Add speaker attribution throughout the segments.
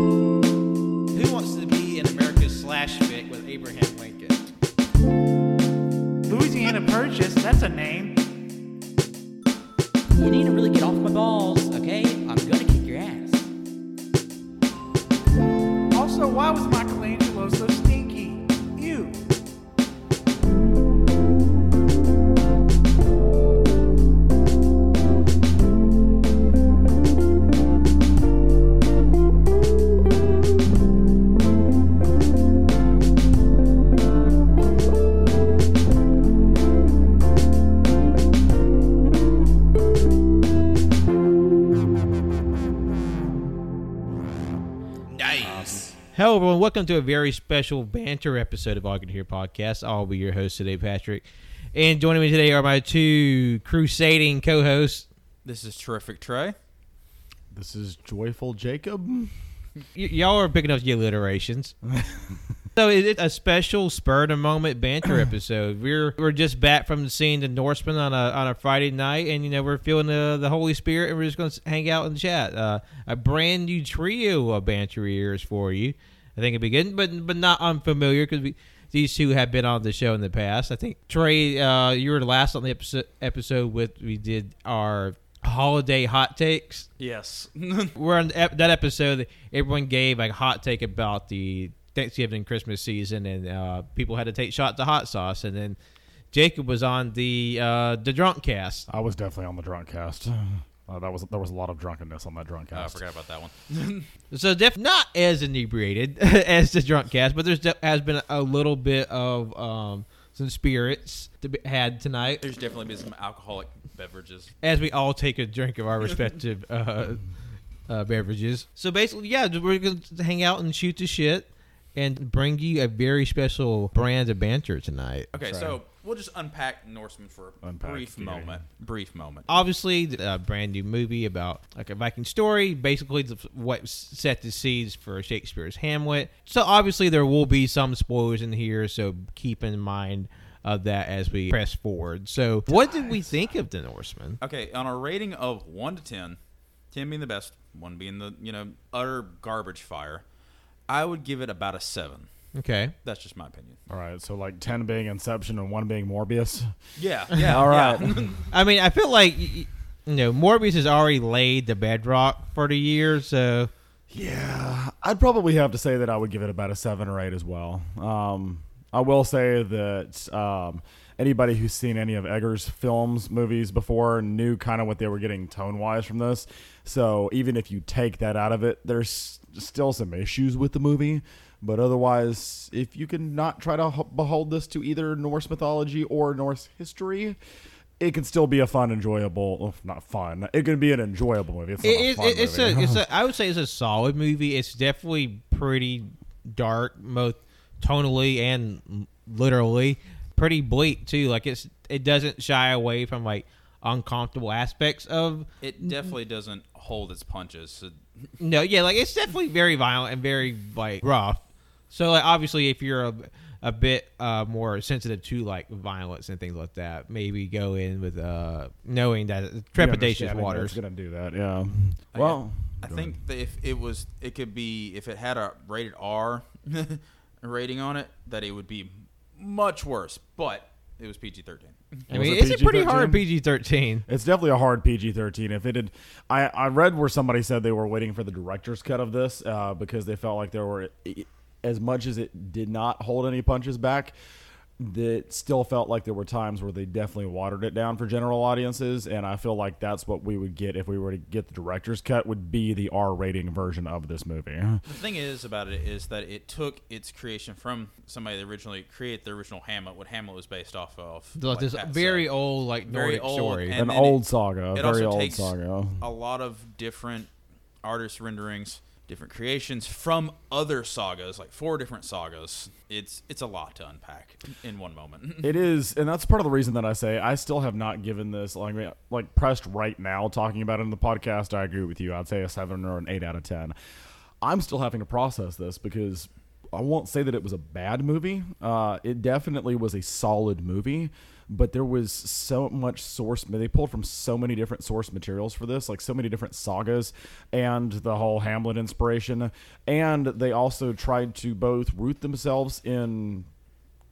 Speaker 1: Who wants to be in America's slash pick with Abraham Lincoln?
Speaker 2: Louisiana Purchase, that's a name.
Speaker 3: You need to really get off my balls, okay? I'm gonna kick your ass.
Speaker 2: Also, why was Michelangelo so stinky? Ew.
Speaker 1: Nice. Hello, everyone. Welcome to a very special banter episode of All I Can Hear podcast. I'll be your host today, Patrick. And joining me today are my two crusading co hosts.
Speaker 4: This is terrific, Trey.
Speaker 5: This is Joyful Jacob.
Speaker 1: Y- y'all are picking up the alliterations. so it- it's a special spur of the moment banter episode. We're we're just back from seeing the Norseman on a on a Friday night, and you know we're feeling the the Holy Spirit, and we're just going to hang out and chat. Uh, a brand new trio of banter ears for you. I think it'd be good, but but not unfamiliar because we. These two have been on the show in the past. I think Trey, uh, you were last on the episode, episode with we did our holiday hot takes
Speaker 4: Yes.
Speaker 1: we're on ep- that episode. Everyone gave like a hot take about the Thanksgiving and Christmas season, and uh, people had to take shots of hot sauce. And then Jacob was on the uh, the drunk cast.
Speaker 5: I was definitely on the drunk cast. Uh, that was there was a lot of drunkenness on that drunk
Speaker 4: Ah, I
Speaker 5: cast.
Speaker 4: forgot about that one.
Speaker 1: So def- not as inebriated as the drunk cast, but there's de- has been a little bit of um, some spirits to be had tonight
Speaker 4: There's definitely been some alcoholic beverages.
Speaker 1: as we all take a drink of our respective uh, uh, beverages. So basically, yeah, we're going to hang out and shoot the shit and bring you a very special brand of banter tonight.
Speaker 4: Okay,
Speaker 5: Sorry.
Speaker 4: so we'll just unpack Norseman for a
Speaker 5: Unpack, Oh.
Speaker 4: brief
Speaker 5: yeah.
Speaker 4: moment. Brief moment.
Speaker 1: Obviously, a brand new movie about like a Viking story, basically the, what s- set the seeds for Shakespeare's Hamlet. So obviously, there will be some spoilers in here, so keep in mind of that as we press forward. So, what did we think of the Norseman?
Speaker 4: Okay, on a rating of one to ten, ten being the best, one being the you know utter garbage fire, I would give it about a seven.
Speaker 1: Okay,
Speaker 4: That's just my opinion.
Speaker 5: All right, so like ten being Inception and one being Morbius.
Speaker 4: Yeah. Yeah.
Speaker 5: All right.
Speaker 4: yeah.
Speaker 1: I mean, I feel like y- y- you know Morbius has already laid the bedrock for the year, so
Speaker 5: Yeah, I'd probably have to say that I would give it about a seven or eight as well. Um, I will say that um, anybody who's seen any of Eggers' films, movies before, knew kind of what they were getting tone wise from this. So even if you take that out of it, there's still some issues with the movie. But otherwise, if you can not try to h- behold this to either Norse mythology or Norse history, it can still be a fun, enjoyable, not fun. It can be an enjoyable movie. It's not a
Speaker 1: it,
Speaker 5: fun
Speaker 1: it, it's
Speaker 5: movie.
Speaker 1: a it's a I would say it's a solid movie. It's definitely pretty dark, both tonally and l- literally. Pretty bleak too. Like it's it doesn't shy away from like uncomfortable aspects of
Speaker 4: It definitely doesn't hold its punches. So
Speaker 1: No, yeah, like it's definitely very violent and very like rough. So like obviously, if you're a, a bit uh, more sensitive to like violence and things like that, maybe go in with uh, knowing that trepidatious
Speaker 5: understanding that
Speaker 1: waters.
Speaker 5: It's gonna do that. Yeah.
Speaker 4: Oh,
Speaker 5: Well,
Speaker 4: I think that if it was, it could be if it had a rated R rating on it, that it would be much worse. But it was PG thirteen.
Speaker 1: I
Speaker 5: Was
Speaker 1: mean,
Speaker 5: it
Speaker 1: it's a pretty
Speaker 5: PG-13?
Speaker 1: hard PG thirteen.
Speaker 5: it's definitely a hard PG thirteen. If it had, I I read where somebody said they were waiting for the director's cut of this uh, because they felt like there were, e, as much as it did not hold any punches back. That still felt like there were times where they definitely watered it down for general audiences, and I feel like that's what we would get if we were to get the director's cut. Would be the R rating version of this movie.
Speaker 4: The thing is about it is that it took its creation from somebody that originally created the original Hamlet, what Hamlet was based off of.
Speaker 1: Like
Speaker 4: like
Speaker 1: this
Speaker 4: Pat
Speaker 1: very
Speaker 4: said.
Speaker 1: old like
Speaker 4: Very
Speaker 1: Nordic
Speaker 4: old
Speaker 1: story.
Speaker 4: and-
Speaker 5: An
Speaker 4: then
Speaker 5: old
Speaker 4: it-
Speaker 5: saga, a
Speaker 4: it
Speaker 5: very
Speaker 4: also
Speaker 5: old
Speaker 4: takes
Speaker 5: saga.
Speaker 4: a lot of different artist renderings, different creations from other sagas, like four different sagas. It's it's a lot to unpack in one moment.
Speaker 5: It is, and that's part of the reason that I say I still have not given this like I mean, like pressed right now talking about it in the podcast. I agree with you. I'd say a seven or an eight out of ten. I'm still having to process this because I won't say that it was a bad movie. Uh, it definitely was a solid movie. but there was so much source. They pulled from so many different source materials for this, like so many different sagas and the whole Hamlet inspiration. And they also tried to both root themselves in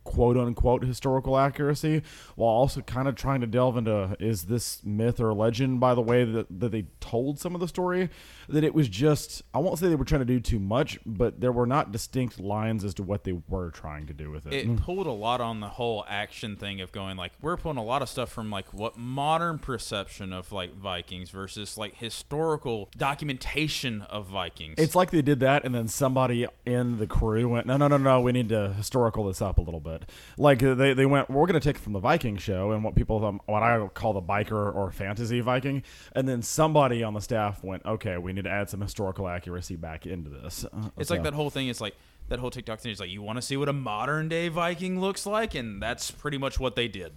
Speaker 5: quote unquote historical accuracy while also kind of trying to delve into is this myth or legend by the way that, that they told some of the story that it was just i won't say they were trying to do too much but there were not distinct lines as to what they were trying to do with it,
Speaker 4: It pulled a lot on the whole action thing of going like we're pulling a lot of stuff from like what modern perception of like Vikings versus like historical documentation of Vikings.
Speaker 5: it's like they did that and then somebody in the crew went no no no no we need to historical this up a little bit like uh, they, they went we're going to take it from the viking show and what people um, what i call the biker or fantasy viking and then somebody on the staff went okay we need to add some historical accuracy back into this Uh,
Speaker 4: It's
Speaker 5: so-
Speaker 4: like that whole thing. It's like that whole TikTok thing. It's like you want to see what a modern day Viking looks like, and that's pretty much what they did.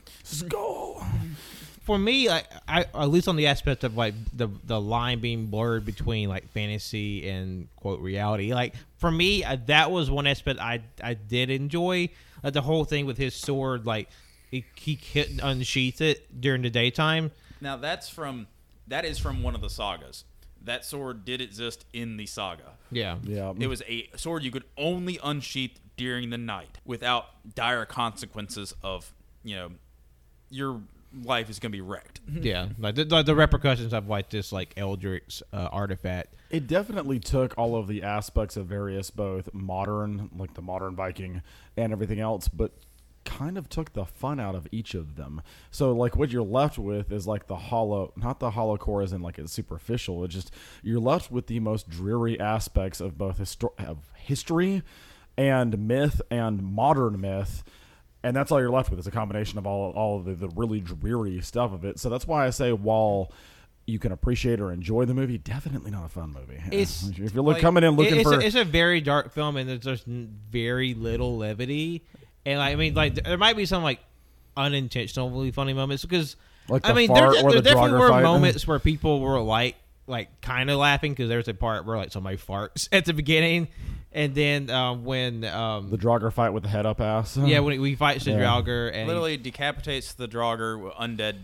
Speaker 5: go
Speaker 1: for me, I, I at least on the aspect of like the the line being blurred between like fantasy and quote reality. Like for me, I, that was one aspect I I did enjoy. Like the whole thing with his sword, like he, he couldn't unsheath it during the daytime.
Speaker 4: Now that's from that is from one of the sagas. That sword did exist in the saga.
Speaker 1: Yeah,
Speaker 5: yeah
Speaker 4: It was a sword you could only unsheath during the night without dire consequences of you know your life is going to be wrecked.
Speaker 1: yeah. Like the, the, the repercussions of like this like Eldritch uh, artifact.
Speaker 5: It definitely took all of the aspects of various both modern, like the modern Viking and everything else, but kind of took the fun out of each of them. So like what you're left with is like the hollow not the hollow core as in like it's superficial. It's just you're left with the most dreary aspects of both histo- of history and myth and modern myth and that's all you're left with is a combination of all all the, the really dreary stuff of it. So that's why I say while you can appreciate or enjoy the movie, definitely not a fun movie.
Speaker 1: It's
Speaker 5: if you're look,
Speaker 1: like,
Speaker 5: coming in
Speaker 1: it-
Speaker 5: looking
Speaker 1: it's
Speaker 5: for
Speaker 1: a, it's a very dark film and there's just n- very little levity and like, I mean like there might be some like unintentionally funny moments because
Speaker 5: Like
Speaker 1: I
Speaker 5: the
Speaker 1: mean there,
Speaker 5: fart
Speaker 1: de-
Speaker 5: or
Speaker 1: there
Speaker 5: the
Speaker 1: definitely
Speaker 5: Draugr
Speaker 1: were
Speaker 5: fight.
Speaker 1: moments where people were like like kind of laughing because there's a part where like somebody farts at the beginning and then um, when um
Speaker 5: the Draugr fight with the head up ass.
Speaker 1: yeah when we fight
Speaker 5: Yeah.
Speaker 1: Sidralger and
Speaker 4: Literally decapitates the Draugr undead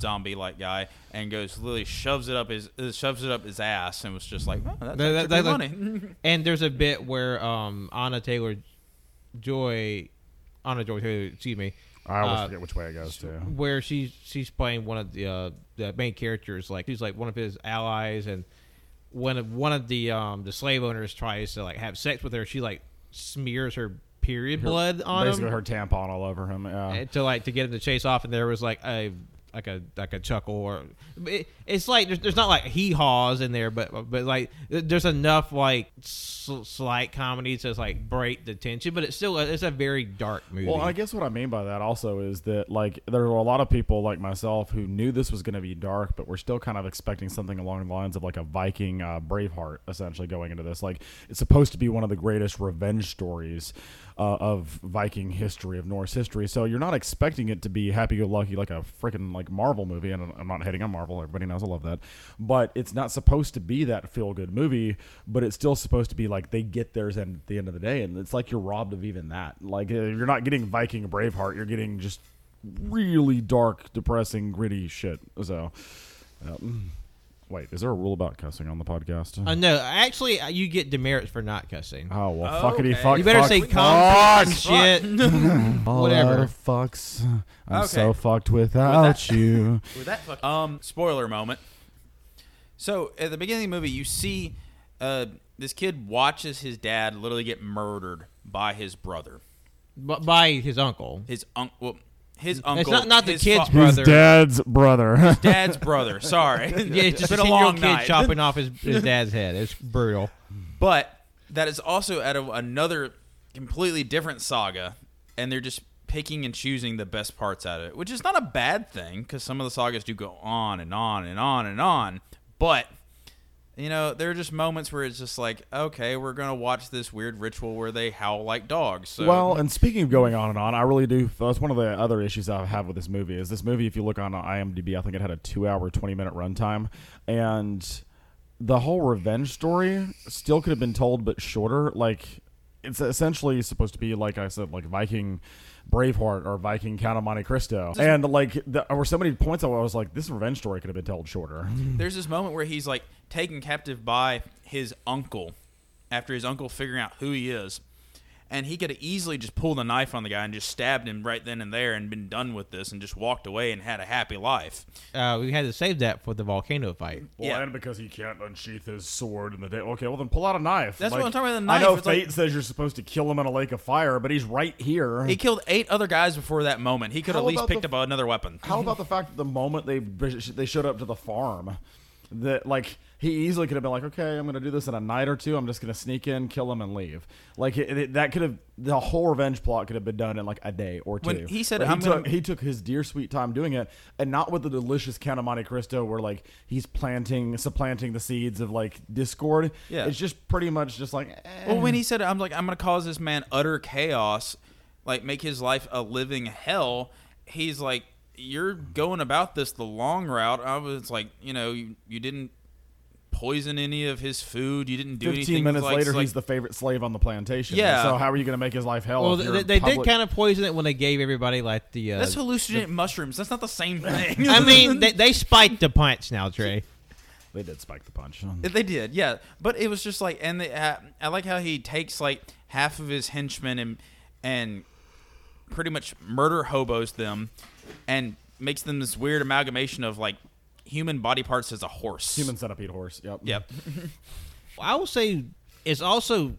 Speaker 4: zombie like guy and goes literally shoves it up his uh, shoves it up his ass and was just like oh, that's
Speaker 1: That- that-
Speaker 4: actually
Speaker 1: that-
Speaker 4: pretty funny.
Speaker 1: and there's a bit where um Anna Taylor Joy Anna Joy Taylor excuse me
Speaker 5: I always
Speaker 1: uh,
Speaker 5: forget which way it goes to.
Speaker 1: where she's she's playing one of the uh, the main characters. Like she's like one of his allies, and when one of the um the slave owners tries to like have sex with her, she like smears her period blood on
Speaker 5: Basically,
Speaker 1: him
Speaker 5: her tampon all over him. Yeah.
Speaker 1: to like to get him to chase off. And there was like a like a like a chuckle or it, it's like there's, there's not like hee haws in there, but but like there's enough like sl- slight comedy to like break the tension, but it's still a, it's a very dark movie.
Speaker 5: Well, I guess what I mean by that also is that like there were a lot of people like myself who knew this was going to be dark, but we're still kind of expecting something along the lines of like a Viking uh, Braveheart, essentially going into this. Like it's supposed to be one of the greatest revenge stories uh, of Viking history, of Norse history. So you're not expecting it to be happy-go-lucky like a freaking like Marvel movie. And I'm not hating on Marvel; everybody knows I love that. But it's not supposed to be that feel-good movie. But it's still supposed to be like they get theirs and at the end of the day, and it's like you're robbed of even that. Like uh, you're not getting Viking Braveheart; you're getting just really dark, depressing, gritty shit. So, um, wait, is there a rule about cussing on the podcast?
Speaker 1: Uh, no, actually, uh, you get demerits for not cussing.
Speaker 5: oh well,
Speaker 4: Oh,
Speaker 5: fuckity
Speaker 4: okay.
Speaker 5: fuck.
Speaker 1: You better
Speaker 5: fuck,
Speaker 1: say
Speaker 5: fuck.
Speaker 1: cum shit.
Speaker 5: All
Speaker 1: Whatever.
Speaker 5: other fucks. I'm
Speaker 4: Okay.
Speaker 5: so fucked without you.
Speaker 4: With that fuck- um spoiler moment. So at the beginning of the movie, you see uh, this kid watches his dad literally get murdered by his brother,
Speaker 1: B- by his uncle.
Speaker 4: his uncle. Well, his uncle.
Speaker 1: not- not the
Speaker 4: his
Speaker 1: kid's
Speaker 4: fa-
Speaker 1: brother.
Speaker 5: His dad's brother.
Speaker 4: Dad's brother. Sorry,
Speaker 1: Yeah, it's just
Speaker 4: been
Speaker 1: a
Speaker 4: a long
Speaker 1: kid
Speaker 4: night.
Speaker 1: chopping off his, his dad's head. It's brutal.
Speaker 4: But that is also out of another completely different saga, and they're just picking and choosing the best parts out of it, which is not a bad thing because some of the sagas do go on and on and on and on. But you know, there are just moments where it's just like, okay, we're gonna watch this weird ritual where they howl like dogs. So
Speaker 5: Well, and speaking of going on and on, I really do. That's one of the other issues I have with this movie. Is this movie, if you look on IMDb, I think it had a two-hour, twenty-minute runtime, and the whole revenge story still could have been told, but shorter. Like it's essentially supposed to be like I said, like Viking Braveheart or Viking Count of Monte Cristo, and like the, there were so many points I was like, this revenge story could have been told shorter.
Speaker 4: There's this moment where he's like taken captive by his uncle after his uncle figuring out who he is. And he could have easily just pulled a knife on the guy and just stabbed him right then and there and been done with this and just walked away and had a happy life.
Speaker 1: Uh, we had to save that for the volcano fight.
Speaker 5: Well,
Speaker 4: Yeah.
Speaker 5: and because he can't unsheath his sword in the day. Okay, well then pull out a knife.
Speaker 4: That's what I'm talking about, the
Speaker 5: I know
Speaker 4: knife. It's like-
Speaker 5: fate says you're supposed to kill him in a lake of fire, but he's right here.
Speaker 4: He killed eight other guys before that moment. He could
Speaker 5: How
Speaker 4: at least
Speaker 5: about
Speaker 4: picked
Speaker 5: the-
Speaker 4: up another weapon.
Speaker 5: How about the fact that the moment they they showed up to the farm, that like he easily could have been like, okay, I'm gonna do this in a night or two. I'm just gonna sneak in, kill him, and leave. Like it, it- that could have the whole revenge plot could have been done in like a day or two.
Speaker 4: When he said,
Speaker 5: But he
Speaker 4: "I'm
Speaker 5: took,
Speaker 4: gonna-"
Speaker 5: he took his dear sweet time doing it, and not with the delicious Count of Monte Cristo, where like he's planting, supplanting the seeds of like discord.
Speaker 4: Yeah.
Speaker 5: it's just pretty much just like. eh.
Speaker 4: Well,
Speaker 1: Um,
Speaker 4: when he said, it, "I'm like, I'm gonna cause this man utter chaos, like make his life a living hell," he's like, "You're going about this the long route." I was like, you know, you, you didn't poison any of his food. You didn't do anything.
Speaker 5: Fifteen minutes
Speaker 4: like,
Speaker 5: later,
Speaker 4: like-
Speaker 5: he's the favorite slave on the plantation.
Speaker 4: Yeah.
Speaker 5: So how are you going to make his life hell?
Speaker 1: Well,
Speaker 5: if you're
Speaker 1: they,
Speaker 5: in
Speaker 1: they did
Speaker 5: public-
Speaker 1: kind of poison it when they gave everybody like the. Uh,
Speaker 4: That's hallucinant mushrooms. That's not the same thing.
Speaker 1: I mean, they, they spiked the punch now, Trey.
Speaker 5: They did spike the punch.
Speaker 4: They did, yeah. But it was just like, and they, uh, I like how he takes like half of his henchmen and and pretty much murder hobos them, and makes them this weird amalgamation of like human body parts as a horse.
Speaker 5: Human centipede horse. Yep.
Speaker 4: Yep.
Speaker 1: I will say it's also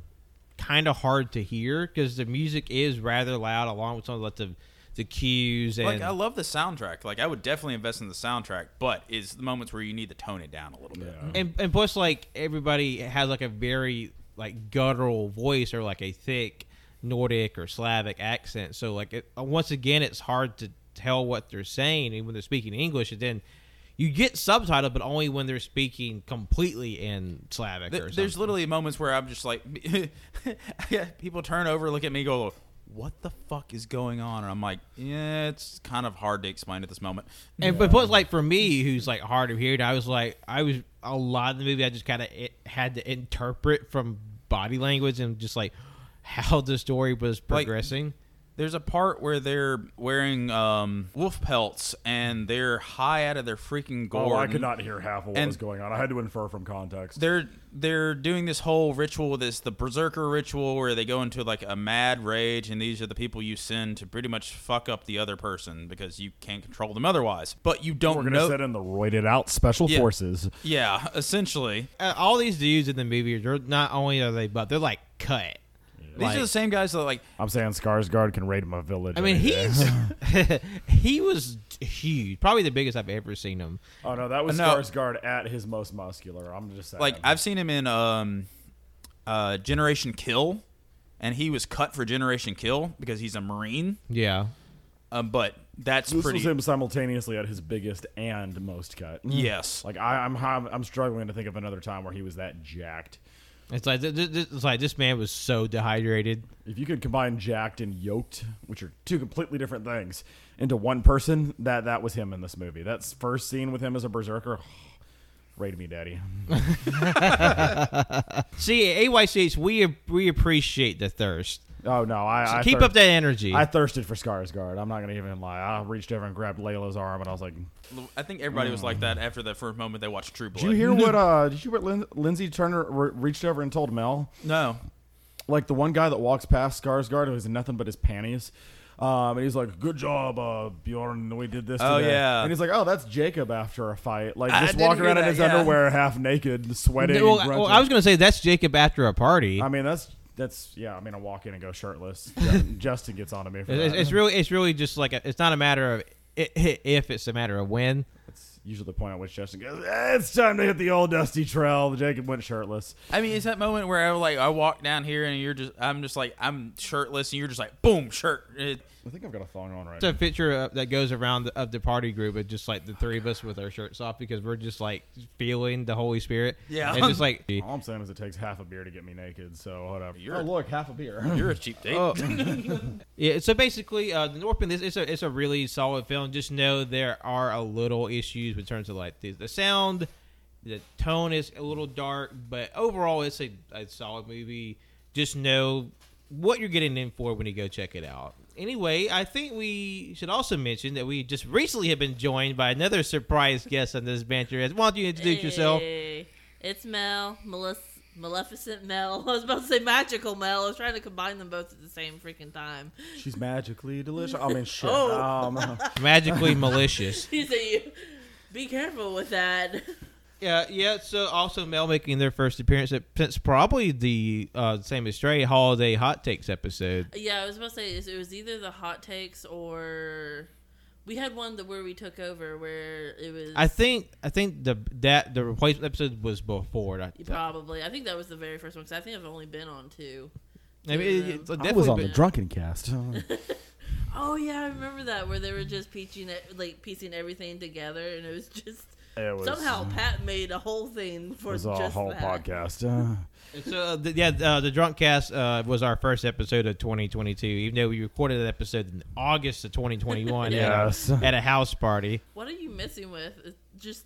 Speaker 1: kind of hard to hear because the music is rather loud, along with some of like, the the cues and
Speaker 4: Like I love the soundtrack. Like I would definitely invest in the soundtrack, but it's the moments where you need to tone it down a little bit.
Speaker 1: and and plus like everybody has like a very like guttural voice or like a thick Nordic or Slavic accent. So like it, uh, once again, it's hard to tell what they're saying and when they're speaking English. And then you get subtitled, but only when they're speaking completely in Slavic
Speaker 4: Th-
Speaker 1: or something.
Speaker 4: there's literally moments where I'm just like, yeah, people turn over, look at me, go, "What the fuck is going on?" And I'm like, "Yeah, it's kind of hard to explain at this moment."
Speaker 1: And but plus, like for me, who's like hard of hearing, I was like, I was a lot of the movie. I just kind of had to interpret from body language and just like how the story was
Speaker 4: Like-
Speaker 1: progressing.
Speaker 4: There's a part where they're wearing um, wolf pelts and they're high out of their freaking gourd.
Speaker 5: Oh, I could not hear half of what
Speaker 4: And-
Speaker 5: was going on. I had to infer from context.
Speaker 4: They're they're doing this whole ritual, this the berserker ritual, where they go into like a mad rage, and these are the people you send to pretty much fuck up the other person because you can't control them otherwise. But you
Speaker 5: We're
Speaker 4: don't
Speaker 5: going to
Speaker 4: know.
Speaker 5: set in the roided out special
Speaker 4: Yeah.
Speaker 5: forces.
Speaker 4: yeah, essentially,
Speaker 1: Uh, all these dudes in the movie are they're not only are they but they're like cut.
Speaker 4: these are the same guys that like
Speaker 5: I'm saying Skarsgård can raid my village.
Speaker 1: I mean,
Speaker 5: any day.
Speaker 1: he's he was huge, probably the biggest I've ever seen him.
Speaker 5: Oh no, that was
Speaker 4: No.
Speaker 5: Skarsgård at his most muscular. I'm just saying.
Speaker 4: like I've seen him in um, uh, Generation Kill, and he was cut for Generation Kill because he's a marine.
Speaker 1: Yeah,
Speaker 4: Um, but that's
Speaker 5: this
Speaker 4: pretty.
Speaker 5: was him simultaneously at his biggest and most cut.
Speaker 4: Yes.
Speaker 5: Like I, I'm, I'm I'm struggling to think of another time where he was that jacked.
Speaker 1: it's like th- th- th- it's like this man was so dehydrated.
Speaker 5: If you could combine jacked and yoked, which are two completely different things, into one person, that that was him in this movie. That first scene with him as a berserker, raid me, daddy.
Speaker 1: See, at AYCH, we we appreciate the thirst.
Speaker 5: Oh no, I, I
Speaker 1: Keep
Speaker 5: thirst-
Speaker 1: up that energy.
Speaker 5: I thirsted for Skarsgård. I'm not gonna even lie. I reached over and grabbed Layla's arm, and I was like,
Speaker 4: I think everybody was like that after that first moment they watched True Blood.
Speaker 5: Mm. "Did you hear what? Uh, did you hear what Lin- Lindsay Turner re- reached over and told Mel?
Speaker 4: No.
Speaker 5: Like the one guy that walks past Skarsgård who is in nothing but his panties." Um, and he's like, "Good job, uh, Bjorn. We did this."
Speaker 4: Oh,
Speaker 5: today."
Speaker 4: yeah.
Speaker 5: And he's like, "Oh, that's Jacob after a fight. Like
Speaker 4: I
Speaker 5: just
Speaker 4: did
Speaker 5: walk
Speaker 4: hear
Speaker 5: around in
Speaker 4: that,
Speaker 5: his
Speaker 4: yeah.
Speaker 5: underwear, half naked, sweating."
Speaker 1: No, well,
Speaker 5: grunting.
Speaker 1: well, I was gonna say that's Jacob after a party.
Speaker 5: I mean, that's that's yeah. I mean, I walk in and go shirtless. Yeah, Justin gets on to me for
Speaker 1: it's,
Speaker 5: that.
Speaker 1: it's really, it's really just like a, it's not a matter of i- i- if, it's a matter of when.
Speaker 5: That's usually the point at which Justin goes, "Eh, "It's time to hit the old dusty trail." Jacob went shirtless.
Speaker 4: I mean, it's that moment where I like I walk down here and you're just I'm just like I'm shirtless and you're just like boom shirt. It,
Speaker 5: I think I've got a thong on right
Speaker 1: It's a picture of, that goes around the, of the party group of just like the three of us with our shirts off because we're just like feeling the Holy Spirit.
Speaker 4: Yeah.
Speaker 1: it's just like
Speaker 5: now. All I'm saying is it takes half a beer to get me naked, so whatever.
Speaker 4: You're-
Speaker 5: oh, look, half a beer.
Speaker 4: you're a cheap date.
Speaker 5: Oh.
Speaker 1: yeah. So basically, uh, the Northman this it's a it's a really solid film. Just know there are a little issues in terms of like the, the sound, the tone is a little dark, but overall it's a, a solid movie. Just know what you're getting in for when you go check it out. Anyway, I think we should also mention that we just recently have been joined by another surprise guest on this banter. Why don't you introduce yourself?
Speaker 6: Hey, It's Mel, Melissa, Maleficent Mel. I was about to say magical Mel. I was trying to combine them both at the same freaking time.
Speaker 5: She's magically delicious. I mean, shit.
Speaker 6: Oh.
Speaker 5: Um,
Speaker 1: Magically malicious.
Speaker 6: You say you be careful with that.
Speaker 1: Yeah, yeah. So also Mel making their first appearance at since probably the uh, same as Stray holiday hot takes episode.
Speaker 6: Yeah, I was about to say it was either the hot takes or we had one that where we took over where it was.
Speaker 1: I think I think the that the replacement episode was before that.
Speaker 6: probably. I think that was the very first one because I think I've only been on two.
Speaker 1: I mean, it- it's
Speaker 5: I
Speaker 1: definitely
Speaker 5: was on the
Speaker 1: been-
Speaker 5: drunken cast.
Speaker 6: Oh yeah, I remember that where they were just peaching it, like piecing everything together, and it was just
Speaker 5: It was-
Speaker 6: somehow Pat made a whole thing for
Speaker 5: It was
Speaker 6: just
Speaker 5: a whole
Speaker 6: that.
Speaker 5: podcast. Uh,
Speaker 1: And So uh, th- yeah, uh, the drunk cast uh, was our first episode of 2022. Even though we recorded that episode in August of 2021
Speaker 5: Yes.
Speaker 1: at, a, at a house party.
Speaker 6: What are you messing with? It's just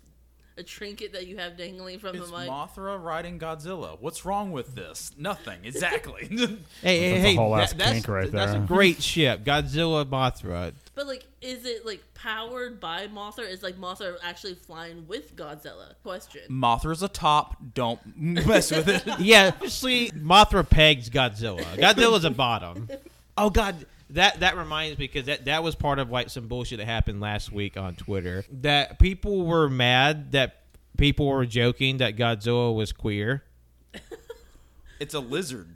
Speaker 6: a trinket that you have dangling from
Speaker 4: It's
Speaker 6: the mic.
Speaker 4: Mothra riding Godzilla. What's wrong with this? Nothing. Exactly.
Speaker 1: Hey, hey,
Speaker 5: That's a
Speaker 1: hey,
Speaker 5: whole
Speaker 1: that-
Speaker 5: ass
Speaker 1: that's,
Speaker 5: kink right
Speaker 1: that's a
Speaker 5: there.
Speaker 1: great ship, Godzilla Mothra.
Speaker 6: But like, is it like powered by Mothra? Is like Mothra actually flying with Godzilla? Question.
Speaker 4: Mothra's a top. Don't mess with it.
Speaker 1: Yeah, obviously Mothra pegs Godzilla. Godzilla's a bottom. Oh God, that that reminds me because that that was part of like some bullshit that happened last week on Twitter that people were mad that people were joking that Godzilla was queer.
Speaker 4: It's a lizard.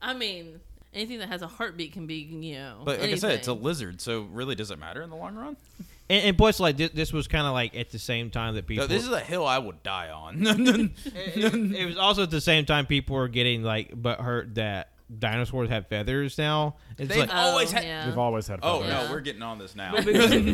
Speaker 6: I mean, anything that has a heartbeat can be you know.
Speaker 4: But like I said, it's a
Speaker 6: anything.
Speaker 4: lizard. So really, does it matter in the long run?
Speaker 1: And, and plus, like this, this was kind of like at the same time that people.
Speaker 4: No, this is a hill I would die on.
Speaker 1: it, it- it was also at the same time people were getting like but hurt that dinosaurs have feathers now. It's
Speaker 4: They've
Speaker 1: like,
Speaker 4: always had.
Speaker 6: yeah.
Speaker 5: We've always had.
Speaker 4: Oh
Speaker 6: Yeah.
Speaker 4: no, we're getting on this now.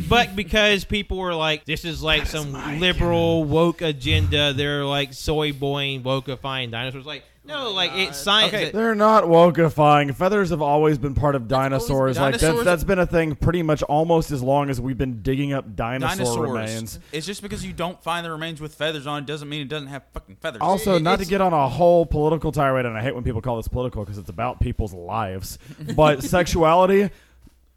Speaker 1: but because people were like, this is like some liberal woke agenda, they're like soy boying, wokeifying dinosaurs. Like, no,
Speaker 6: Oh
Speaker 1: like it's science.
Speaker 4: Okay.
Speaker 5: They're not wokeifying. Feathers have always been part of
Speaker 6: always
Speaker 5: dinosaurs.
Speaker 4: been-
Speaker 5: Like that's
Speaker 4: Dinosaurs-
Speaker 5: that's been a thing pretty much almost as long as we've been digging up dinosaur
Speaker 4: Dinosaurs.
Speaker 5: remains.
Speaker 4: It's just because you don't find the remains with feathers on it doesn't mean it doesn't have fucking feathers.
Speaker 5: Also,
Speaker 1: It-
Speaker 5: not to
Speaker 1: it's-
Speaker 5: get on a whole political tirade, and I hate when people call this political because it's about people's lives. But sexuality,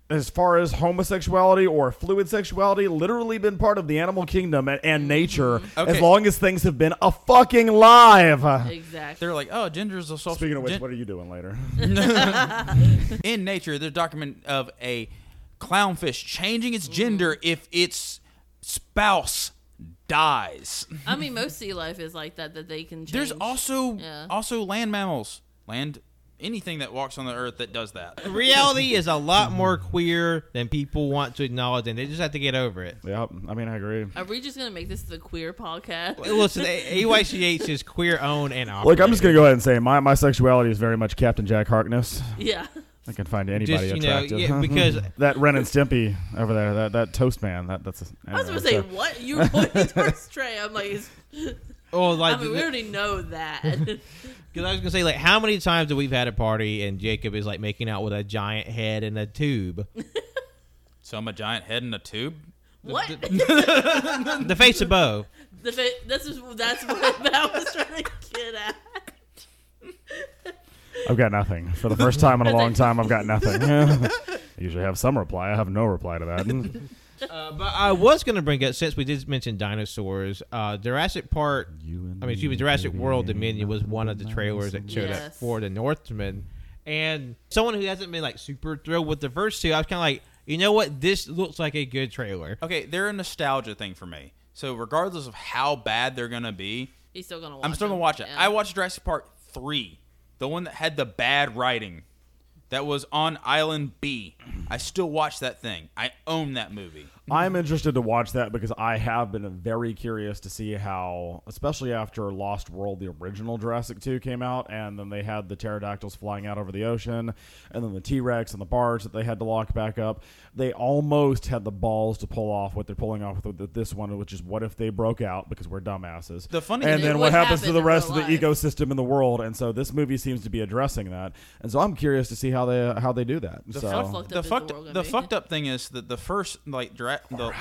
Speaker 5: as far as homosexuality or fluid sexuality, literally been part of the animal kingdom and, and nature
Speaker 1: Mm-hmm.
Speaker 4: Okay.
Speaker 5: as long as things have been a fucking live.
Speaker 6: exactly.
Speaker 4: They're like, oh, gender is a social.
Speaker 5: Speaking of which,
Speaker 4: gen-
Speaker 5: what are you doing later?
Speaker 4: in nature, there's document of a clownfish changing its gender if its spouse dies.
Speaker 6: I mean, most sea life is like that. That they can. Change.
Speaker 4: There's also
Speaker 6: Yeah.
Speaker 4: also land mammals, land anything that walks on the earth that does that.
Speaker 1: Reality is a lot more queer than people want to acknowledge, and they just have to get over it.
Speaker 5: yep. I mean, I agree.
Speaker 6: Are we just gonna make this the queer podcast?
Speaker 1: Listen, A- AYCH is queer owned and operated.
Speaker 5: Look, I'm just gonna go ahead and say my, my sexuality is very much Captain Jack Harkness.
Speaker 6: yeah.
Speaker 5: I can find anybody
Speaker 1: Just, you know,
Speaker 5: attractive.
Speaker 1: yeah, because-
Speaker 5: that Ren and Stimpy over there, that that toast man, that that's.
Speaker 6: I was gonna say what you were pointing towards Trey. I'm like, it's-
Speaker 1: Oh, like,
Speaker 6: I mean, we already know that.
Speaker 1: Because I was gonna say, like, how many times have we had a party and Jacob is like making out with a giant head in a tube?
Speaker 4: So I'm a giant head in a tube.
Speaker 6: what?
Speaker 1: the face of Bo.
Speaker 6: The fa- this is that's what I was trying to get at.
Speaker 5: I've got nothing for the first time in a long time. I've got nothing. I usually have some reply. I have no reply to that.
Speaker 1: Uh, but I was gonna bring up since we did mention dinosaurs, uh, Jurassic Park. I mean, excuse me, Jurassic World Dominion was one of the trailers that showed up
Speaker 6: Yes.
Speaker 1: for the Northmen, and someone who hasn't been like super thrilled with the first two, I was kind of like, you know what, this looks like a good trailer.
Speaker 4: Okay, they're a nostalgia thing for me. So regardless of how bad they're gonna be,
Speaker 6: He's still gonna. watch
Speaker 4: I'm still gonna
Speaker 6: it.
Speaker 4: watch it.
Speaker 6: Yeah.
Speaker 4: I watched Jurassic Park three, the one that had the bad writing, that was on Island B. I still watch that thing. I own that movie.
Speaker 5: I'm interested to watch that because I have been very curious to see how, especially after Lost World, the original Jurassic 2 came out, and then they had the pterodactyls flying out over the ocean, and then the T Rex and the bars that they had to lock back up. They almost had the balls to pull off what they're pulling off with th- this one, which is what if they broke out because we're dumbasses.
Speaker 4: The funny
Speaker 5: and
Speaker 4: thing-
Speaker 5: then
Speaker 6: It
Speaker 5: what
Speaker 6: would
Speaker 5: happens to
Speaker 6: happen
Speaker 5: the
Speaker 6: in
Speaker 5: rest of
Speaker 6: real
Speaker 5: the
Speaker 6: life.
Speaker 5: ecosystem in the world. And so this movie seems to be addressing that. And so I'm curious to see how they how they do that. so.
Speaker 6: How fucked
Speaker 4: the
Speaker 6: up is
Speaker 4: fucked
Speaker 6: the world
Speaker 4: the,
Speaker 6: gonna be?
Speaker 4: fucked up thing is that the first like Jura- the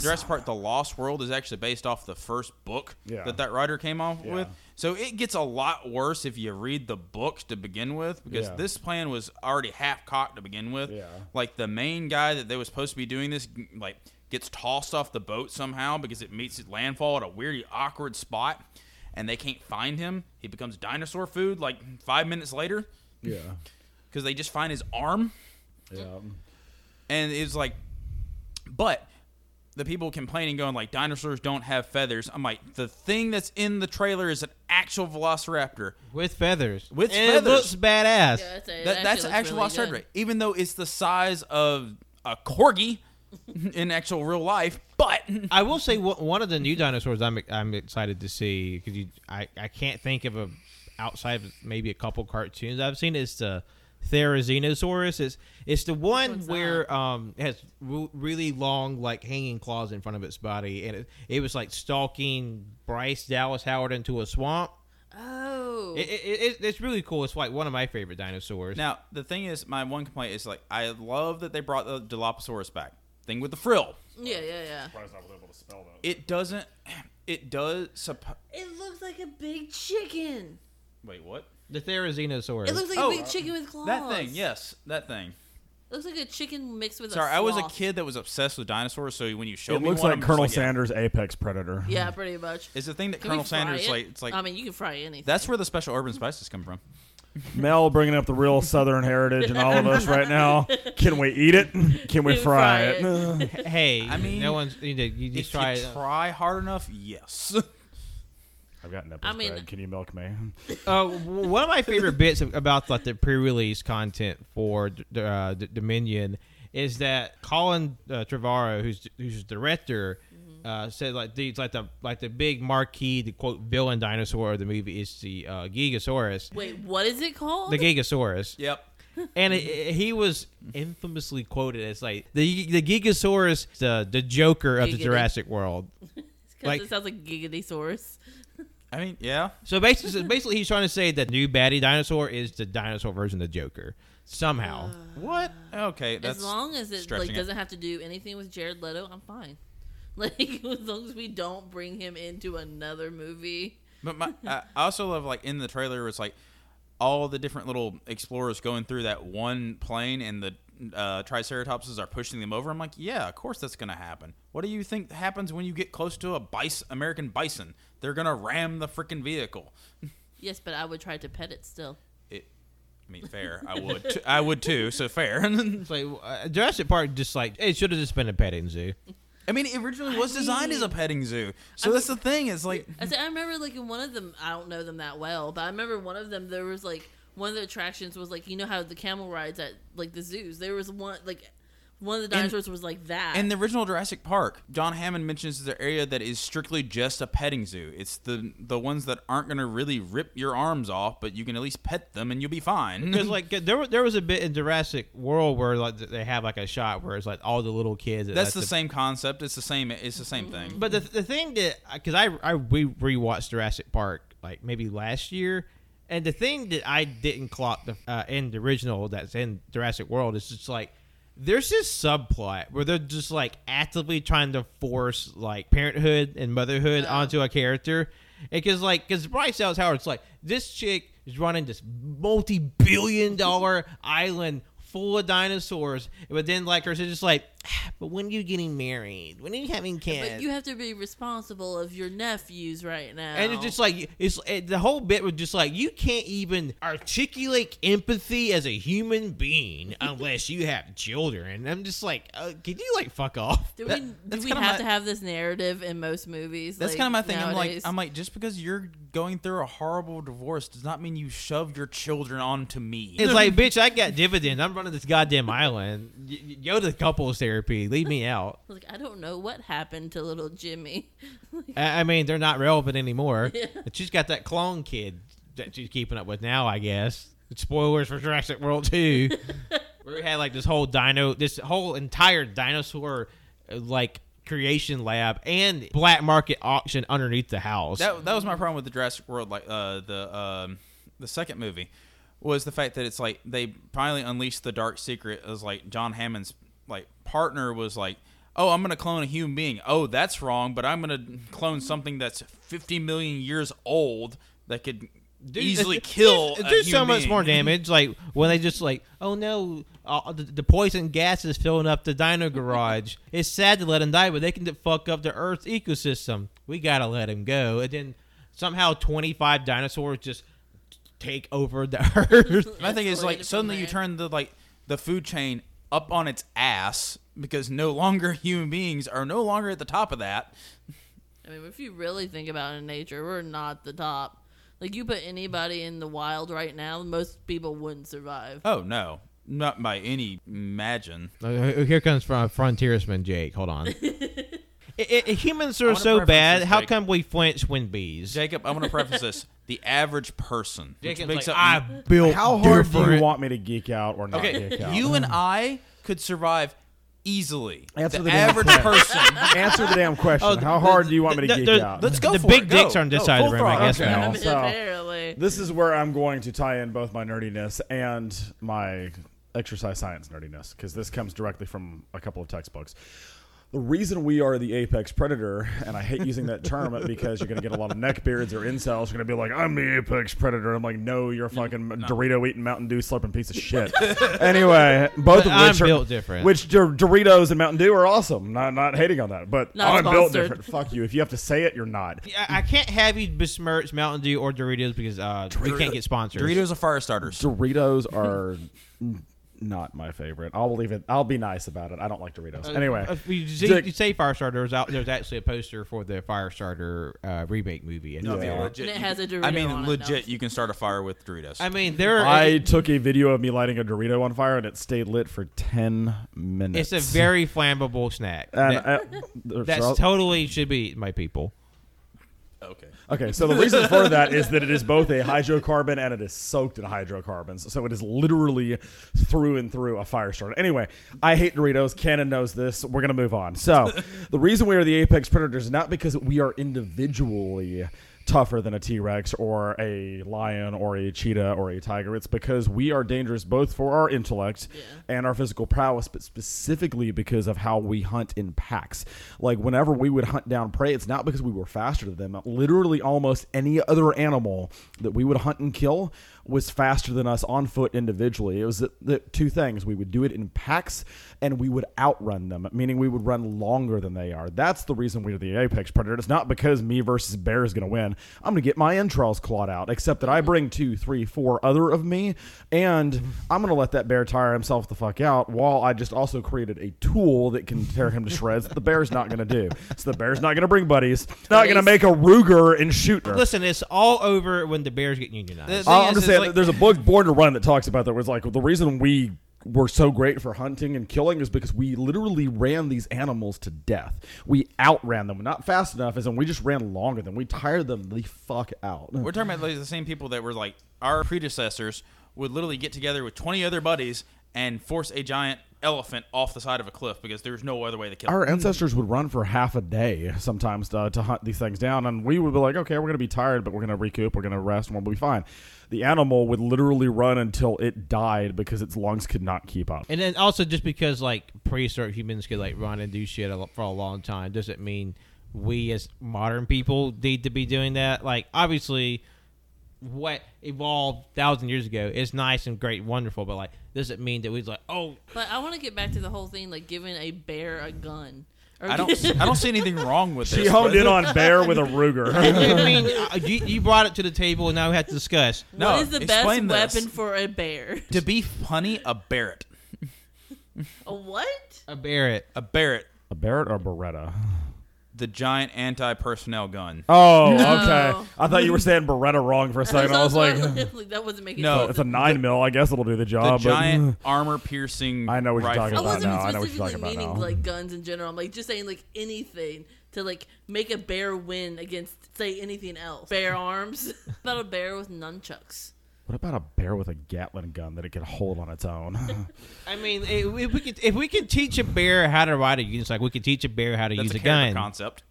Speaker 4: Jurassic Park the Lost World is actually based off the first book
Speaker 5: Yeah.
Speaker 4: that that writer came off
Speaker 5: Yeah.
Speaker 4: with. So it gets a lot worse if you read the books to begin with, because
Speaker 5: Yeah.
Speaker 4: this plan was already half cocked to begin with.
Speaker 5: Yeah.
Speaker 4: Like the main guy that they was supposed to be doing this, like gets tossed off the boat somehow because it meets landfall at a weird, awkward spot, and they can't find him. He becomes dinosaur food like five minutes later
Speaker 5: Yeah.
Speaker 4: because they just find his arm
Speaker 5: Yeah.
Speaker 4: and it's like but the people complaining going like dinosaurs don't have feathers i'm like the thing that's in the trailer is an actual velociraptor
Speaker 1: with feathers.
Speaker 4: With
Speaker 1: and
Speaker 4: feathers.
Speaker 1: It looks badass.
Speaker 6: Yeah, that's,
Speaker 4: that, that's an actual
Speaker 6: actually looks really
Speaker 4: velociraptor
Speaker 6: good.
Speaker 4: even though it's the size of a corgi in actual real life but
Speaker 1: I will say one one of the new dinosaurs I'm I'm excited to see because you I, I can't think of a outside of maybe a couple cartoons I've seen is the Therizinosaurus. It's it's the one
Speaker 6: one's
Speaker 1: where um it has re- really long like hanging claws in front of its body and it, it was like stalking Bryce Dallas Howard into a swamp.
Speaker 6: Oh.
Speaker 1: It, it, it, it's really cool. It's like one of my favorite dinosaurs.
Speaker 4: now the thing is my one complaint is like i love that they brought the dilophosaurus back thing with the frill
Speaker 6: yeah, yeah, yeah.
Speaker 5: Surprised I was able to spell that.
Speaker 4: it doesn't it does suppo-
Speaker 6: It looks like a big chicken.
Speaker 4: wait what
Speaker 1: the Therizinosaurus.
Speaker 6: It looks like
Speaker 4: Oh,
Speaker 6: a big chicken with claws.
Speaker 4: that thing yes that thing
Speaker 6: It looks like a chicken mixed with a
Speaker 4: Sorry, I was a
Speaker 6: sloth.
Speaker 4: kid that was obsessed with dinosaurs. So when you showed
Speaker 5: It
Speaker 4: me
Speaker 5: looks
Speaker 4: one,
Speaker 5: like
Speaker 4: I'm just
Speaker 5: Colonel
Speaker 4: like, yeah.
Speaker 5: Sanders' Apex Predator.
Speaker 6: Yeah, pretty much.
Speaker 4: It's the thing that
Speaker 6: Can we
Speaker 4: Colonel
Speaker 6: fry
Speaker 4: Sanders
Speaker 6: it?
Speaker 4: like. It's like
Speaker 6: I mean, you can fry anything.
Speaker 4: that's where the special urban spices come from.
Speaker 5: Mel bringing up the real Southern heritage in all of us right now. Can we eat it? Can we
Speaker 6: We
Speaker 5: fry
Speaker 6: fry
Speaker 5: it?
Speaker 1: hey, I
Speaker 4: mean,
Speaker 1: mean, no one's you, know, you just
Speaker 4: if
Speaker 1: try
Speaker 4: you
Speaker 1: it.
Speaker 4: try hard enough, yes.
Speaker 5: I've got nipples.
Speaker 6: I mean-
Speaker 5: Greg. Can you milk me?
Speaker 1: Uh, w- one of my favorite bits about like the pre-release content for D- uh, D- Dominion is that Colin uh, Trevorrow, who's who's the director, uh, said like the like the like the big marquee, the quote villain dinosaur of the movie is the uh, Gigasaurus,
Speaker 6: Wait, what is it called?
Speaker 1: the Gigasaurus,
Speaker 4: yep.
Speaker 1: and it, it- he was infamously quoted as like the the Gigasaurus, the the Joker of the
Speaker 6: Giggity.
Speaker 1: Jurassic World.
Speaker 6: 'Cause
Speaker 1: like-
Speaker 6: it sounds like Gigantosaurus.
Speaker 4: I mean, yeah.
Speaker 1: So basically, so basically, he's trying to say that new baddie dinosaur is the dinosaur version of the Joker somehow.
Speaker 4: What? Okay, that's
Speaker 6: As long as it like
Speaker 4: stretching it.
Speaker 6: doesn't have to do anything with Jared Leto, I'm fine. Like as long as we don't bring him into another movie.
Speaker 4: But my, I I also love like in the trailer it's like all the different little explorers going through that one plane and the uh, triceratopses are pushing them over. I'm like, yeah, of course that's gonna happen. What do you think happens when you get close to a bison, American bison? They're gonna ram the freaking vehicle.
Speaker 6: Yes, but I would try to pet it still.
Speaker 4: It, I mean, fair. I would, t- I would too. So fair.
Speaker 1: It's like uh, Jurassic Park, just like it should have just been a petting zoo.
Speaker 4: I mean, it originally was designed as a petting zoo. So
Speaker 6: I
Speaker 4: that's the thing. It's like
Speaker 6: I said I remember like in one of them I don't know them that well, but I remember one of them there was like one of the attractions was like you know how the camel rides at like the zoos. There was one like one of the
Speaker 4: And-
Speaker 6: dinosaurs was like that.
Speaker 4: in the original Jurassic Park, John Hammond mentions the area that is strictly just a petting zoo. It's the the ones that aren't going to really rip your arms off, but you can at least pet them and you'll be fine.
Speaker 1: Because like there, wa- there was a bit in Jurassic World where like they have like a shot where it's like all the little kids. and
Speaker 4: that's the same concept. It's the same. It's the same thing.
Speaker 6: Mm-hmm.
Speaker 1: But the, the thing that because I I we rewatched Jurassic Park like maybe last year, and the thing that I didn't clock the, uh, in the original that's in Jurassic World is just like there's this subplot where they're just like actively trying to force like parenthood and motherhood
Speaker 6: Uh-huh.
Speaker 1: onto a character, because like because Bryce Dallas Howard's like this chick is running this multi-billion dollar island full of dinosaurs but then like her sister's just like "Ah, but when are you getting married when are you having kids
Speaker 6: but you have to be responsible of your nephews right now.
Speaker 1: and it's just like it's it, the whole bit was just like you can't even articulate empathy as a human being unless you have children. I'm just like, uh, could you like fuck off?
Speaker 6: do
Speaker 4: that-
Speaker 6: we,
Speaker 4: that's
Speaker 6: do we
Speaker 4: kinda
Speaker 6: have
Speaker 4: my-
Speaker 6: to have this narrative in most movies?
Speaker 4: that's
Speaker 6: like,
Speaker 4: kind of my thing.
Speaker 6: Nowadays?
Speaker 4: I'm like, I'm like, just because you're going through a horrible divorce does not mean you shoved your children onto me.
Speaker 1: It's like, bitch, I got dividends. I'm running this goddamn island. Y- y- Go to couples therapy. Leave me out.
Speaker 6: Like I don't know what happened to little Jimmy.
Speaker 1: I, I mean, they're not relevant anymore. But she's got that clone kid that she's keeping up with now, I guess. Spoilers for Jurassic World 2. where we had like this whole dino, this whole entire dinosaur uh, like creation lab and black market auction underneath the house.
Speaker 4: That that was my problem with the Jurassic World, like uh, the um, the second movie, was the fact that it's like they finally unleashed the dark secret. It was like John Hammond's like partner was like, "Oh, I'm gonna clone a human being. Oh, that's wrong, but I'm gonna clone something that's 50 million years old." that could
Speaker 1: Dude,
Speaker 4: easily
Speaker 1: it- it-
Speaker 4: kill.
Speaker 1: it
Speaker 4: a
Speaker 1: do so
Speaker 4: human
Speaker 1: much
Speaker 4: being.
Speaker 1: more damage. Like when they just like, oh no, uh, the, the poison gas is filling up the dino garage. it's sad to let them die, but they can fuck up the Earth's ecosystem. We gotta let him go, and then somehow twenty five dinosaurs just take over the Earth.
Speaker 4: My thing is
Speaker 6: Escalated
Speaker 4: like
Speaker 6: from
Speaker 4: suddenly you
Speaker 6: there.
Speaker 4: turn the like the food chain up on its ass because no longer human beings are no longer at the top of that.
Speaker 6: I mean, if you really think about it in nature, we're not the top. Like you put anybody in the wild right now, most people wouldn't survive.
Speaker 4: Oh no, not by any imagine.
Speaker 1: Uh, Here comes from frontiersman Jake. Hold on. I- I- I- humans
Speaker 4: I
Speaker 1: are
Speaker 4: wanna
Speaker 1: so
Speaker 4: preface
Speaker 1: bad.
Speaker 4: this,
Speaker 1: How
Speaker 4: Jake.
Speaker 1: come we flinch when bees?
Speaker 4: Jacob, I want to preface this: the average person, which
Speaker 1: Jacob's
Speaker 4: makes
Speaker 1: like,
Speaker 4: up
Speaker 1: I built
Speaker 5: How hard do you
Speaker 1: different."
Speaker 5: want me to geek out or not geek
Speaker 4: okay,
Speaker 5: out?
Speaker 4: you and I could survive easily.
Speaker 5: Answer
Speaker 4: the
Speaker 5: the damn
Speaker 4: average
Speaker 5: question.
Speaker 4: person.
Speaker 5: answer the damn question.
Speaker 1: Oh,
Speaker 5: How
Speaker 1: the-
Speaker 5: hard do you want me
Speaker 1: the-
Speaker 5: to geek
Speaker 1: the-
Speaker 5: out?
Speaker 4: Let's go
Speaker 1: The
Speaker 4: for
Speaker 1: big
Speaker 4: it. Go.
Speaker 1: dicks are on this
Speaker 4: Go,
Speaker 1: side of
Speaker 4: full
Speaker 1: the room, I
Speaker 4: throttle.
Speaker 1: guess,
Speaker 5: Okay.
Speaker 1: now.
Speaker 6: I mean,
Speaker 5: so-
Speaker 6: apparently.
Speaker 5: This is where I'm going to tie in both my nerdiness and my exercise science nerdiness because this comes directly from a couple of textbooks. The reason we are the apex predator, and I hate using that term because you're going to get a lot of neckbeards or incels who are going to be like, I'm the apex predator. I'm like, no, you're a fucking Dorito eating Mountain Dew slurping piece of shit. anyway, both
Speaker 1: But
Speaker 5: of which
Speaker 1: I'm
Speaker 5: are
Speaker 1: built different.
Speaker 5: Which Dor- Doritos and Mountain Dew are awesome. Not not hating on that, but
Speaker 6: Not
Speaker 5: I'm built
Speaker 6: sponsored.
Speaker 5: different. Fuck you. If you have to say it, you're not.
Speaker 1: I, I can't have you besmirch Mountain Dew or Doritos because uh, we can't get sponsors.
Speaker 4: Doritos are fire starters.
Speaker 5: Doritos are n- not my favorite. I'll leave it. I'll be nice about it. I don't like Doritos. Anyway,
Speaker 1: If Uh, you, say,
Speaker 5: Dick-
Speaker 1: you say Firestarter, there's, out, there's actually a poster for the Firestarter uh, remake movie. uh, And
Speaker 4: I mean,
Speaker 5: Yeah.
Speaker 4: legit,
Speaker 6: And it
Speaker 4: you
Speaker 6: has
Speaker 4: can-
Speaker 6: a Dorito
Speaker 4: I mean,
Speaker 6: on it,
Speaker 4: legit,
Speaker 6: no.
Speaker 4: you can start a fire with Doritos.
Speaker 1: I mean, there are,
Speaker 5: I took a video of me lighting a Dorito on fire, and it stayed lit for ten minutes.
Speaker 1: it's a very flammable snack.
Speaker 5: and uh,
Speaker 1: That-
Speaker 5: I- there's-
Speaker 1: that's
Speaker 5: I'll-
Speaker 1: totally should be eaten by people.
Speaker 4: okay.
Speaker 5: okay. So the reason for that is that it is both a hydrocarbon and it is soaked in hydrocarbons. So it is literally through and through a fire starter. Anyway, I hate Doritos. Canon knows this. We're gonna move on. So the reason we are the apex predators is not because we are individually tougher than a T-Rex or a lion or a cheetah or a tiger. It's because we are dangerous both for our intellect and our physical prowess, but specifically because of how we hunt in packs. Like whenever we would hunt down prey, it's not because we were faster than them. Literally almost any other animal that we would hunt and kill was faster than us on foot individually. It was the, the two things. We would do it in packs and we would outrun them, meaning we would run longer than they are. That's the reason we're the apex predator. It's not because me versus bear is going to win. I'm going to get my entrails clawed out, except that I bring two, three, four other of me, and I'm going to let that bear tire himself the fuck out while I just also created a tool that can tear him to shreds that the bear's not going to do. So the bear's not going to bring buddies, not going
Speaker 6: Buddies.
Speaker 5: to make a Ruger and shoot her.
Speaker 1: Listen, it's all over when the Bears get unionized.
Speaker 4: thing
Speaker 5: I'll- I'm
Speaker 4: is,
Speaker 5: just
Speaker 4: is,
Speaker 5: saying,
Speaker 4: like-
Speaker 5: there's a book born to run that talks about that. Was like the reason we were so great for hunting and killing is because we literally ran these animals to death. We outran them, not fast enough, as in we just ran longer than we tired them the fuck out.
Speaker 4: We're talking about like, the same people that were like our predecessors would literally get together with 20 other buddies and force a giant elephant off the side of a cliff because there's no other way to kill it.
Speaker 5: Our ancestors would run for half a day sometimes to, to hunt these things down, and we would be like, okay, we're going to be tired, but we're going to recoup, we're going to rest, and we'll be fine. The animal would literally run until it died because its lungs could not keep up.
Speaker 1: And then also just because like prehistoric humans could like run and do shit a lo- for a long time doesn't mean we as modern people need to be doing that. Like obviously, what evolved thousand years ago is nice and great, wonderful, but like doesn't mean that we like oh
Speaker 6: But I want to get back to the whole thing, like giving a bear a gun. Or
Speaker 4: I don't, I don't see anything wrong with this.
Speaker 5: She honed
Speaker 4: but-
Speaker 5: in on bear with a Ruger.
Speaker 1: I mean uh, you, you brought it to the table and now we have to discuss.
Speaker 4: No,
Speaker 6: what is the best
Speaker 4: explain this.
Speaker 6: weapon for a bear?
Speaker 4: To be funny, a Barrett.
Speaker 6: A what?
Speaker 1: A Barrett.
Speaker 4: A Barrett,
Speaker 5: a Barrett or Beretta?
Speaker 4: the giant anti personnel gun.
Speaker 5: Oh, okay. I thought you were saying Beretta wrong for a second. I was like,
Speaker 6: that wasn't making
Speaker 4: No,
Speaker 6: sense.
Speaker 5: it's a nine mil. I guess it'll do the
Speaker 4: The
Speaker 5: job. Ah, but, mm,
Speaker 4: giant armor piercing.
Speaker 5: I know what you're
Speaker 4: rifle.
Speaker 5: talking
Speaker 6: I
Speaker 5: about
Speaker 6: wasn't
Speaker 5: now. I know what you're
Speaker 6: specifically
Speaker 5: talking
Speaker 6: meaning
Speaker 5: about now.
Speaker 6: like guns in general. I'm like just saying like anything to like make a bear win against say anything else. Bear arms. About a bear with nunchucks.
Speaker 5: What about a bear with a Gatlin gun that it could hold on its own?
Speaker 1: I mean, if if we could, if we can teach a bear how to ride a unicycle, we can teach a bear how to use
Speaker 4: That's a
Speaker 1: a, gun.
Speaker 4: character concept.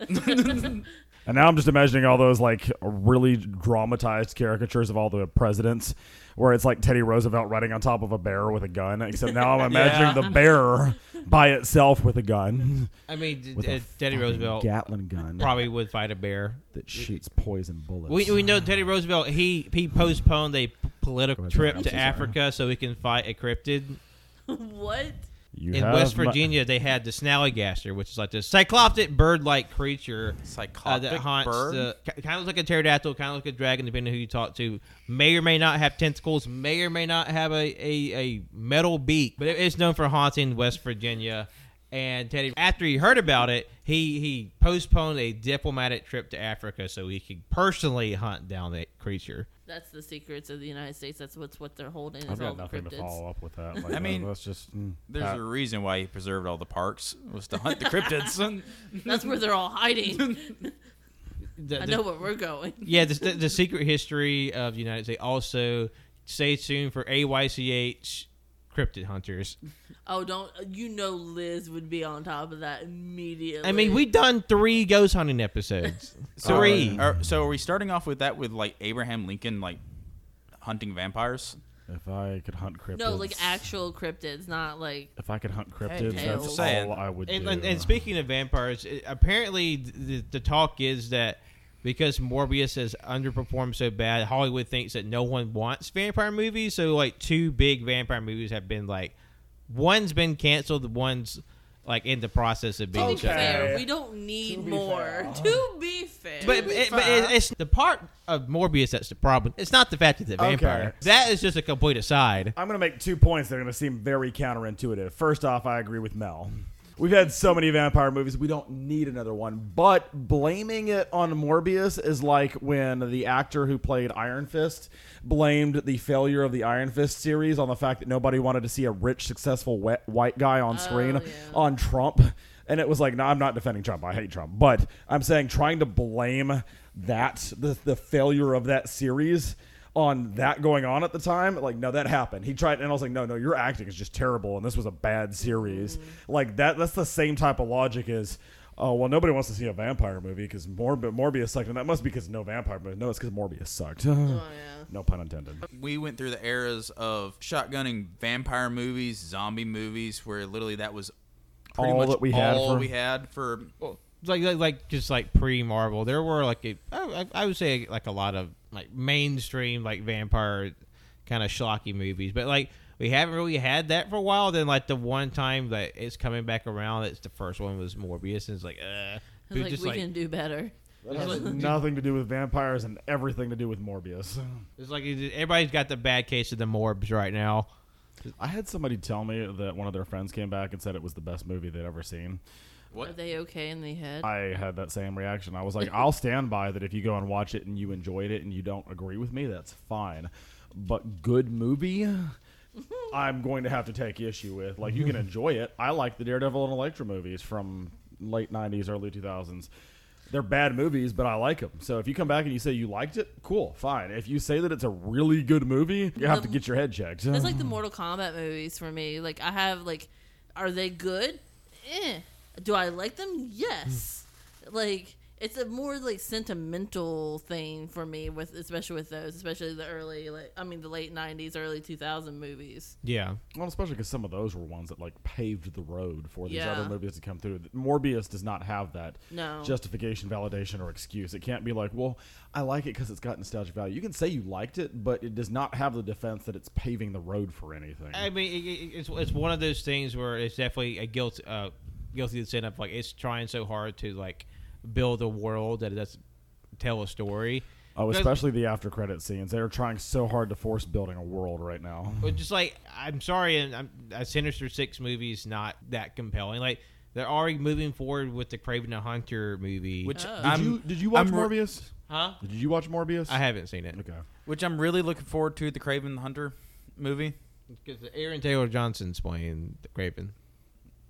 Speaker 5: And now I'm just imagining all those like really dramatized caricatures of all the presidents, where it's like Teddy Roosevelt riding on top of a bear with a gun. Except now I'm imagining the bear by itself with a gun,
Speaker 1: I mean, d-
Speaker 5: with a
Speaker 1: uh, Teddy
Speaker 5: fucking
Speaker 1: Roosevelt
Speaker 5: Gatlin gun
Speaker 1: probably would fight a bear.
Speaker 5: that shoots poison bullets.
Speaker 1: We, we know Teddy Roosevelt. He he postponed a p- political
Speaker 5: ahead,
Speaker 1: trip
Speaker 5: I'm
Speaker 1: to
Speaker 5: so sorry.
Speaker 1: Africa so he can fight a cryptid.
Speaker 6: what?
Speaker 5: You
Speaker 1: In
Speaker 5: have
Speaker 1: West
Speaker 5: my-
Speaker 1: Virginia, they had the snallygaster, which is like this cycloptic bird-like creature uh,
Speaker 4: Psychotic
Speaker 1: that haunts
Speaker 4: bird.
Speaker 1: the kind of looks like a pterodactyl, kind of like a dragon, depending on who you talk to. May or may not have tentacles, may or may not have a, a, a metal beak, but it is known for haunting West Virginia. And Teddy, after he heard about it, he he postponed a diplomatic trip to Africa so he could personally hunt down that creature.
Speaker 6: That's the secrets of the United States. That's what's what they're holding.
Speaker 5: I've
Speaker 6: Is all
Speaker 5: got
Speaker 6: the
Speaker 5: nothing to
Speaker 6: cryptids.
Speaker 5: follow up with that. Like,
Speaker 4: I mean,
Speaker 5: that's just mm,
Speaker 4: There's
Speaker 5: uh,
Speaker 4: a reason why he preserved all the parks was to hunt the cryptids.
Speaker 6: That's where they're all hiding.
Speaker 1: The-
Speaker 6: I
Speaker 1: the-
Speaker 6: know where we're going.
Speaker 1: Yeah, the, the, the secret history of the United States. Also, stay tuned for AYCH cryptid hunters.
Speaker 6: Oh, don't you know Liz would be on top of that immediately?
Speaker 1: I mean, we done three ghost hunting episodes. three.
Speaker 4: Are, are- so are we starting off with that with like Abraham Lincoln like hunting vampires?
Speaker 5: if I could hunt cryptids,
Speaker 6: no, like actual cryptids, not like
Speaker 5: If I could hunt cryptids,
Speaker 6: Hey,
Speaker 5: that's
Speaker 6: I'm
Speaker 4: saying.
Speaker 5: all I would
Speaker 1: and,
Speaker 5: do.
Speaker 1: and, and speaking of vampires, it- apparently the, the talk is that because Morbius has underperformed so bad, Hollywood thinks that no one wants vampire movies. So like two big vampire movies have been like, one's been canceled, one's like in the process of
Speaker 6: to
Speaker 1: being
Speaker 6: be
Speaker 1: shut down.
Speaker 6: fair, we don't need more. To be fair,
Speaker 1: But, eh, it, but it, it's the part of Morbius that's the problem. It's not the fact that the vampire.
Speaker 5: Okay.
Speaker 1: That is just a complete aside.
Speaker 5: I'm going to make two points that are going to seem very counterintuitive. First off, I agree with Mel. We've had so many vampire movies, we don't need another one. But blaming it on Morbius is like when the actor who played Iron Fist blamed the failure of the Iron Fist series on the fact that nobody wanted to see a rich, successful wet, white guy on screen
Speaker 6: Oh, yeah.
Speaker 5: on Trump. And it was like, no, I'm not defending Trump. I hate Trump. But I'm saying trying to blame that, the, the failure of that series on that going on at the time, like, no, that happened. He tried, and I was like, no, no, your acting is just terrible. And this was a bad series. Like, that. that's the same type of logic as, oh, well, nobody wants to see a vampire movie because Morb- Morbius sucked. And that must be because no vampire movie. No, it's because Morbius sucked.
Speaker 6: Oh,
Speaker 5: No pun intended.
Speaker 4: We went through the eras of shotgunning vampire movies, zombie movies, where literally that was pretty
Speaker 5: All
Speaker 4: much
Speaker 5: that we had
Speaker 4: all
Speaker 5: for-
Speaker 4: we had for.
Speaker 1: Like, like, like just like pre Marvel, there were like a, I, I would say like a lot of like mainstream like vampire kind of schlocky movies, but like we haven't really had that for a while. Then like the one time that it's coming back around, it's the first one was Morbius, and it's like, uh,
Speaker 6: It's
Speaker 1: dude,
Speaker 6: like
Speaker 1: just
Speaker 6: we
Speaker 1: like
Speaker 6: can do better.
Speaker 5: That has nothing to do with vampires and everything to do with Morbius.
Speaker 1: it's like everybody's got the bad case of the Morbs right now.
Speaker 5: I had somebody tell me that one of their friends came back and said it was the best movie they'd ever seen.
Speaker 6: Are they okay in the head?
Speaker 5: I had that same reaction. I was like, I'll stand by that if you go and watch it and you enjoyed it and you don't agree with me, that's fine. But good movie, I'm going to have to take issue with. Like, you can enjoy it. I like the Daredevil and Electra movies from late 90s, early 2000s. They're bad movies, but I like them. So if you come back and you say you liked it, cool, fine. If you say that it's a really good movie, you have to get your head checked.
Speaker 6: That's like the Mortal Kombat movies for me. Like I have like, are they good? Eh. Do I like them? Yes. like it's a more like sentimental thing for me with especially with those, especially the early like I mean the late '90s, early 2000 movies.
Speaker 1: Yeah,
Speaker 5: Well, especially because some of those were ones that like paved the road for these
Speaker 6: Yeah.
Speaker 5: other movies to come through. Morbius does not have that
Speaker 6: No.
Speaker 5: justification, validation, or excuse. It can't be like, well, I like it because it's got nostalgic value. You can say you liked it, but it does not have the defense that it's paving the road for anything.
Speaker 1: I mean, it, it- it's it's one of those things where it's definitely a guilt, uh, guilty sin of like it's trying so hard to like build a world that does tell a story.
Speaker 5: oh,
Speaker 1: Because-
Speaker 5: especially the after credit scenes. They're trying so hard to force building a world right now.
Speaker 1: But just like I'm sorry, and I'm, a Sinister Six movie is not that compelling. Like they're already moving forward with the Craven the Hunter movie,
Speaker 4: Which
Speaker 6: Oh. Did
Speaker 5: Did
Speaker 4: I'm,
Speaker 5: you did you watch
Speaker 4: I'm re-
Speaker 5: Morbius?
Speaker 1: huh?
Speaker 5: Did you watch Morbius?
Speaker 1: I haven't seen it
Speaker 5: Okay.
Speaker 4: Which I'm really looking forward to the Craven the Hunter movie.
Speaker 1: because Aaron Taylor Johnson's playing the Craven.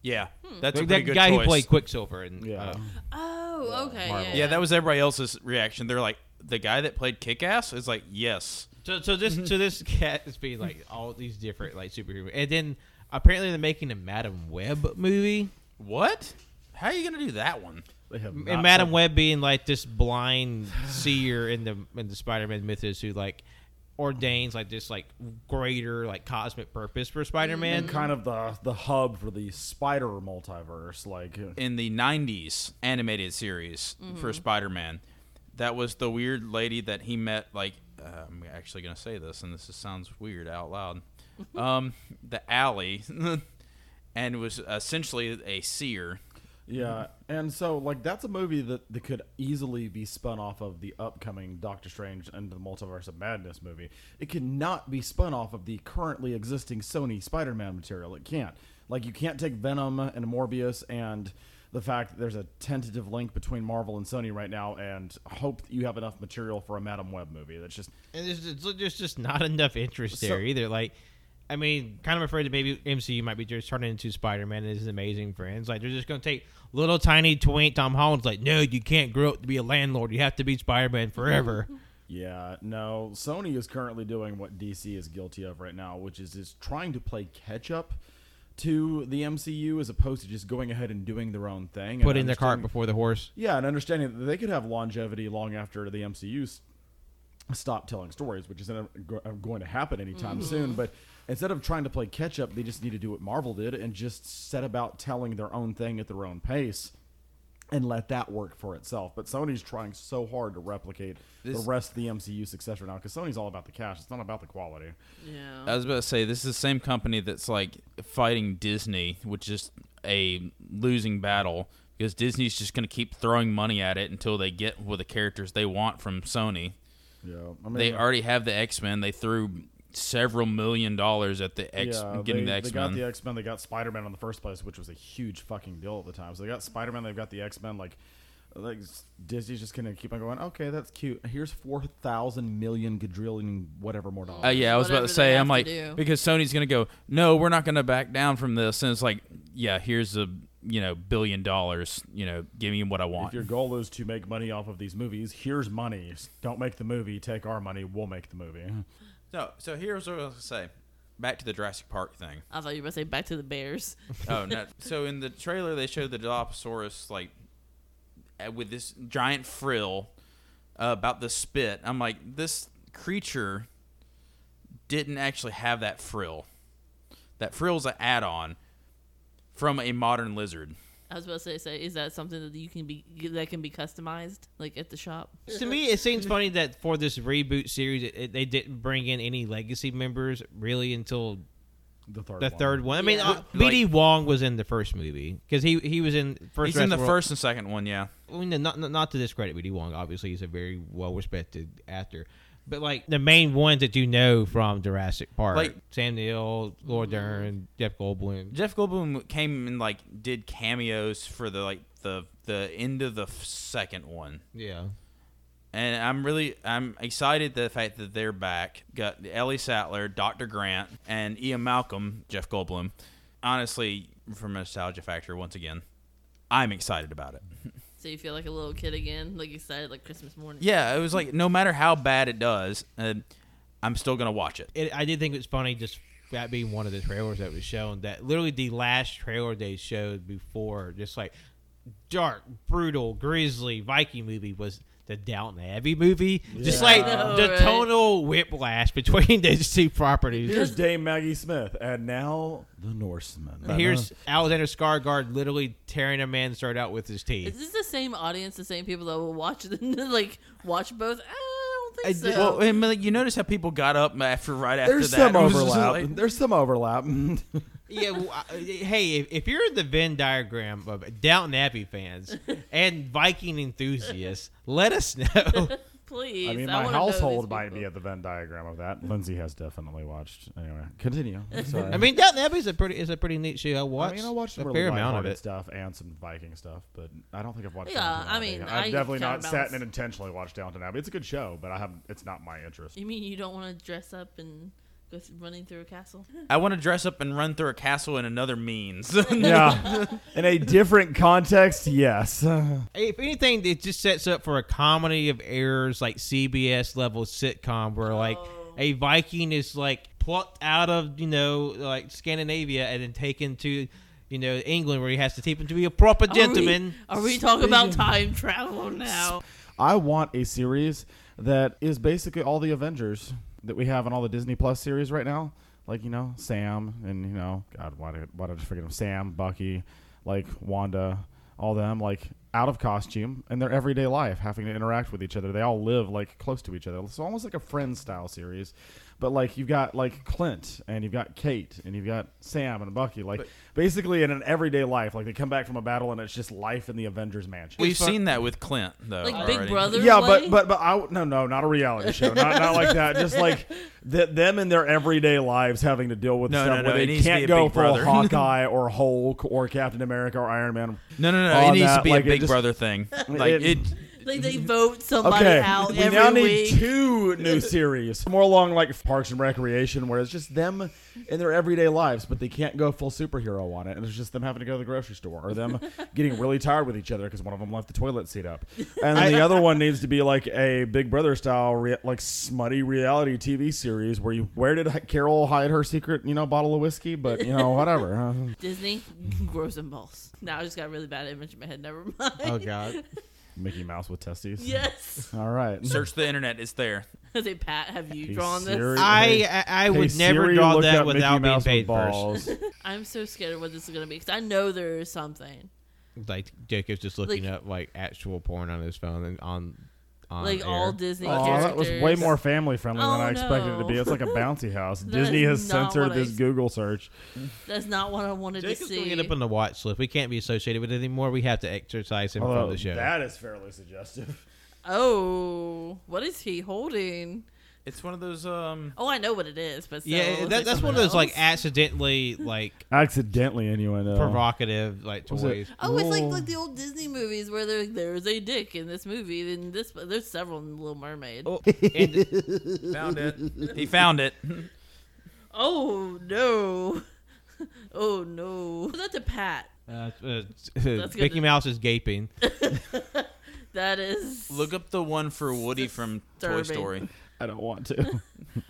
Speaker 4: Yeah, that's a
Speaker 1: that
Speaker 4: pretty good
Speaker 1: guy
Speaker 4: choice.
Speaker 1: who played Quicksilver and
Speaker 5: Yeah.
Speaker 1: uh,
Speaker 6: Oh, okay.
Speaker 1: Marvel.
Speaker 6: Yeah,
Speaker 4: Yeah, that was everybody else's reaction. They're like, the guy that played Kick Ass is like, yes.
Speaker 1: So, so this so this cat is being like all these different like superhero, and then apparently they're making a Madam Web movie.
Speaker 4: What? How are you gonna do that one?
Speaker 5: They have
Speaker 1: and
Speaker 5: not-
Speaker 1: Madam Web being like this blind seer in the in the Spider-Man mythos who like ordains like this like greater like cosmic purpose for Spider-Man.
Speaker 5: kind of the the hub for the spider multiverse. Like
Speaker 4: in the 90s animated series for Spider-Man. That was the weird lady that he met like uh, I'm actually going to say this and this is, sounds weird out loud. Um the alley and was essentially a seer.
Speaker 5: yeah, and so like that's a movie that, that could easily be spun off of the upcoming Doctor Strange and the Multiverse of Madness movie. It cannot be spun off of the currently existing Sony Spider-Man material. It can't. Like you can't take Venom and Morbius and the fact that there's a tentative link between Marvel and Sony right now and hope that you have enough material for a Madam Web movie. That's just
Speaker 1: And there's just, there's just not enough interest there
Speaker 5: So-
Speaker 1: either. Like, I mean, kind of afraid that maybe MCU might be just turning into Spider Man and his amazing friends. Like, they're just going to take little tiny twink Tom Holland's, like, no, you can't grow up to be a landlord. You have to be Spider Man forever.
Speaker 5: Yeah, no. Sony is currently doing what DC is guilty of right now, which is is trying to play catch up to the MCU as opposed to just going ahead and doing their own thing. and
Speaker 1: Put in the cart
Speaker 5: understanding-
Speaker 1: before the horse.
Speaker 5: Yeah, and understanding that they could have longevity long after the MCU's stop telling stories, which isn't go- uh, going to happen anytime
Speaker 4: Mm-hmm.
Speaker 5: soon. But instead of trying to play catch up, they just need to do what Marvel did and just set about telling their own thing at their own pace and let that work for itself. But Sony's trying so hard to replicate
Speaker 4: This-
Speaker 5: the rest of the MCU success right now because Sony's all about the cash, it's not about the quality.
Speaker 6: Yeah.
Speaker 4: I was about to say this is the same company that's like fighting Disney, which is a losing battle because Disney's just going to keep throwing money at it until they get with the characters they want from Sony.
Speaker 5: Yeah, I mean,
Speaker 4: They already have the X Men. They threw several million dollars at the X
Speaker 5: yeah,
Speaker 4: getting
Speaker 5: they,
Speaker 4: the
Speaker 5: they
Speaker 4: X
Speaker 5: got
Speaker 4: Men.
Speaker 5: the X Men. They got Spider Man in the first place, which was a huge fucking deal at the time. So they got Spider Man. They've got the X Men. Like, like Disney's just gonna keep on going. Okay, that's cute. Here's four thousand million quadrillion whatever more dollars.
Speaker 4: Uh, yeah, I was about
Speaker 6: Whatever
Speaker 4: to
Speaker 6: they
Speaker 4: say.
Speaker 6: have
Speaker 4: I'm
Speaker 6: to
Speaker 4: like
Speaker 6: do.
Speaker 4: because Sony's gonna go. No, we're not gonna back down from this. And it's like, yeah, here's a you know billion dollars. You know, give me what I
Speaker 5: If
Speaker 4: want.
Speaker 5: your goal is to make money off of these movies, here's money. Don't make the movie. Take our money. We'll make the movie.
Speaker 4: So, so here's what I was gonna say. Back to the Jurassic Park thing.
Speaker 6: I thought you were about to say back to the Bears.
Speaker 4: Oh no! So in the trailer, they showed the Dilophosaurus like uh, with this giant frill uh, about the spit. I'm like, this creature didn't actually have that frill. That frill's an add-on from a modern lizard.
Speaker 6: I was about to say, say, is that something that you can be that can be customized like at the shop?
Speaker 1: to me, it seems funny that for this reboot series, it, it- they didn't bring in any legacy members really until
Speaker 5: The third.
Speaker 1: the
Speaker 5: one.
Speaker 1: third one. I mean,
Speaker 6: Yeah.
Speaker 1: uh, BD Wong was in the first movie because he he was in first.
Speaker 4: He's in the
Speaker 1: Jurassic World.
Speaker 4: first and second one, yeah.
Speaker 1: I mean, not not, not to discredit Woody Wong. Obviously, he's a very well respected actor. But like the main ones that you know from Jurassic Park,
Speaker 4: Like-
Speaker 1: Sam Neill, Laura Dern, Jeff Goldblum.
Speaker 4: Jeff Goldblum came and like did cameos for the like the the end of the f- second one.
Speaker 1: Yeah,
Speaker 4: and I'm really I'm excited the fact that they're back. Got Ellie Sattler, Dr. Grant, and Ian Malcolm, Jeff Goldblum. Honestly, from a nostalgia factor, once again, I'm excited about it.
Speaker 6: So you feel like a little kid again, like you said, like Christmas morning.
Speaker 4: Yeah, it was like no matter how bad it does, uh, I'm still gonna watch it.
Speaker 1: it, I did think it was funny just that being one of the trailers that was shown. That literally the last trailer they showed before, just like dark, brutal, grisly Viking movie was. The Downton Abbey movie, just
Speaker 5: Yeah.
Speaker 1: like
Speaker 6: I know,
Speaker 1: the
Speaker 6: right?
Speaker 1: tonal whiplash between those two properties.
Speaker 5: Here's Dame Maggie Smith, and now the Norseman.
Speaker 1: Here's Alexander Skarsgård literally tearing a man's throat out with his
Speaker 6: Is
Speaker 1: teeth.
Speaker 6: this the same audience, the same people that will watch the, like watch both? I don't think
Speaker 1: I
Speaker 6: so.
Speaker 1: did-
Speaker 4: Well, and like, you notice how people got up after right after
Speaker 5: there's
Speaker 4: that.
Speaker 5: some
Speaker 4: It was just
Speaker 5: overlap.
Speaker 4: like-
Speaker 5: There's some overlap.
Speaker 1: yeah. Well, I- hey, if, if you're in the Venn diagram of Downton Abbey fans and Viking enthusiasts, let us know.
Speaker 6: Please,
Speaker 5: I mean,
Speaker 6: wanna
Speaker 5: my
Speaker 6: know these
Speaker 5: household might
Speaker 6: people.
Speaker 5: be at the Venn diagram of that. Lindsay has definitely watched. Anyway, continue. Sorry.
Speaker 1: I mean, Downton Abbey is a pretty is a pretty neat show. I
Speaker 5: I
Speaker 1: watched.
Speaker 5: mean, I watched
Speaker 1: a
Speaker 5: really
Speaker 1: fair amount of
Speaker 5: lighthearted
Speaker 1: it.
Speaker 5: stuff and some Viking stuff, but I don't think I've watched.
Speaker 6: Yeah,
Speaker 5: Downton
Speaker 6: I
Speaker 5: Abbey.
Speaker 6: mean,
Speaker 5: I've
Speaker 6: I
Speaker 5: definitely
Speaker 6: kinda
Speaker 5: not sat
Speaker 6: balance-
Speaker 5: and intentionally watched Downton Abbey. It's a good show, but I haven't. It's not my interest.
Speaker 6: You mean you don't want to dress up and go th- running through a castle?
Speaker 4: I want to dress up and run through a castle in another means.
Speaker 5: yeah, in a different context, yes.
Speaker 1: If anything, it just sets up for a comedy of errors, like CBS level sitcom, where like
Speaker 5: Oh.
Speaker 1: a Viking is like plucked out of you know like Scandinavia and then taken to you know, England where he has to teach him to be a proper
Speaker 5: Oh,
Speaker 1: gentleman.
Speaker 6: Are we, are we talking about time travel now?
Speaker 5: I want a series that is basically all the Avengers that we have in all the Disney Plus series right now. Like, you know, Sam and, you know, God, why did, why did I just forget him? Sam, Bucky, like Wanda, all them, like out of costume in their everyday life, having to interact with each other. They all live like close to each other. It's almost like a friend style series. But like you've got like Clint and you've got Kate and you've got Sam and Bucky, like basically in an everyday life, like they come back from a battle and it's just life in the Avengers mansion.
Speaker 4: We've seen that with Clint though.
Speaker 6: Like Big
Speaker 4: already.
Speaker 6: Brother?
Speaker 5: Yeah,
Speaker 6: way?
Speaker 5: but but but I no no not a reality show, not not like that. Just like th- them in their everyday lives having to deal with
Speaker 4: No,
Speaker 5: stuff
Speaker 4: no, no,
Speaker 5: where
Speaker 4: it
Speaker 5: they
Speaker 4: needs to be
Speaker 5: can't
Speaker 4: a
Speaker 5: go
Speaker 4: Big
Speaker 5: for
Speaker 4: Brother.
Speaker 5: Hawkeye or Hulk or Captain America or Iron Man.
Speaker 4: No, no, no.
Speaker 5: All
Speaker 4: It needs
Speaker 5: that,
Speaker 4: to be
Speaker 5: Oh, like,
Speaker 4: a
Speaker 5: it
Speaker 4: Big
Speaker 5: just-
Speaker 4: Brother thing. Like
Speaker 5: it-
Speaker 4: it.
Speaker 6: Like they vote somebody
Speaker 5: Okay,
Speaker 6: out
Speaker 5: we
Speaker 6: every
Speaker 5: now need
Speaker 6: week.
Speaker 5: two new series, more along like Parks and Recreation, where it's just them in their everyday lives, but they can't go full superhero on it, and it's just them having to go to the grocery store or them getting really tired with each other because one of them left the toilet seat up, and then the other one needs to be like a Big Brother style, rea- like smutty reality TV series where you where did Hi- Carol hide her secret, you know, bottle of whiskey, but you know whatever. Uh,
Speaker 6: Disney, gross and balls. Now I just got a really bad image in my head. Never mind.
Speaker 1: Oh God.
Speaker 5: Mickey Mouse with testes.
Speaker 6: Yes.
Speaker 5: All right.
Speaker 4: Search the internet; it's there.
Speaker 6: I say, Pat, have you
Speaker 5: He's
Speaker 6: drawn this?
Speaker 5: serious. Hey,
Speaker 1: I I, I
Speaker 5: Hey,
Speaker 1: would never
Speaker 5: Siri,
Speaker 1: draw
Speaker 5: look
Speaker 1: that
Speaker 5: up Mickey
Speaker 1: without being
Speaker 5: Mouse with
Speaker 1: paid first.
Speaker 5: balls.
Speaker 6: I'm so scared of what this is gonna be because I know there is something.
Speaker 1: Like Jacob's just looking
Speaker 6: Like-
Speaker 1: up like actual porn on his phone and on on
Speaker 6: like
Speaker 1: air.
Speaker 6: all Disney
Speaker 5: Oh,
Speaker 6: characters.
Speaker 5: that was way more family friendly than
Speaker 6: Oh,
Speaker 5: I expected it to be.
Speaker 6: no.
Speaker 5: It's like a bouncy house.
Speaker 6: That
Speaker 5: Disney
Speaker 6: is
Speaker 5: has
Speaker 6: not
Speaker 5: censored
Speaker 6: what I
Speaker 5: this
Speaker 6: ex-
Speaker 5: Google search.
Speaker 6: That's not what I wanted to
Speaker 1: Jacob's gonna
Speaker 6: see.
Speaker 1: end up on the watch list. We can't be associated with it anymore. We have to exercise him from
Speaker 5: Although
Speaker 1: the show.
Speaker 5: that is fairly suggestive.
Speaker 6: oh, what is he holding?
Speaker 4: It's one of those. Um,
Speaker 6: Oh, I know what it is, but still,
Speaker 1: yeah,
Speaker 6: it's
Speaker 1: that,
Speaker 6: like
Speaker 1: that's one of
Speaker 6: something
Speaker 1: those like
Speaker 6: else.
Speaker 1: accidentally like
Speaker 5: Accidentally, uh, innuendo.
Speaker 1: provocative like
Speaker 5: Was it-
Speaker 1: toys.
Speaker 6: Oh, it's like
Speaker 5: Whoa.
Speaker 6: like the old Disney movies where they're like, there's a dick in this movie, and this there's several in Little Mermaid. Oh,
Speaker 1: And
Speaker 4: found it. He found it.
Speaker 6: no, oh no, Was that to Pat.
Speaker 1: uh,
Speaker 6: good
Speaker 1: Mickey
Speaker 6: to-
Speaker 1: Mouse is gaping.
Speaker 6: That is
Speaker 4: Look up the one for Woody from Toy
Speaker 6: Disturbing.
Speaker 4: Story.
Speaker 5: I don't want to.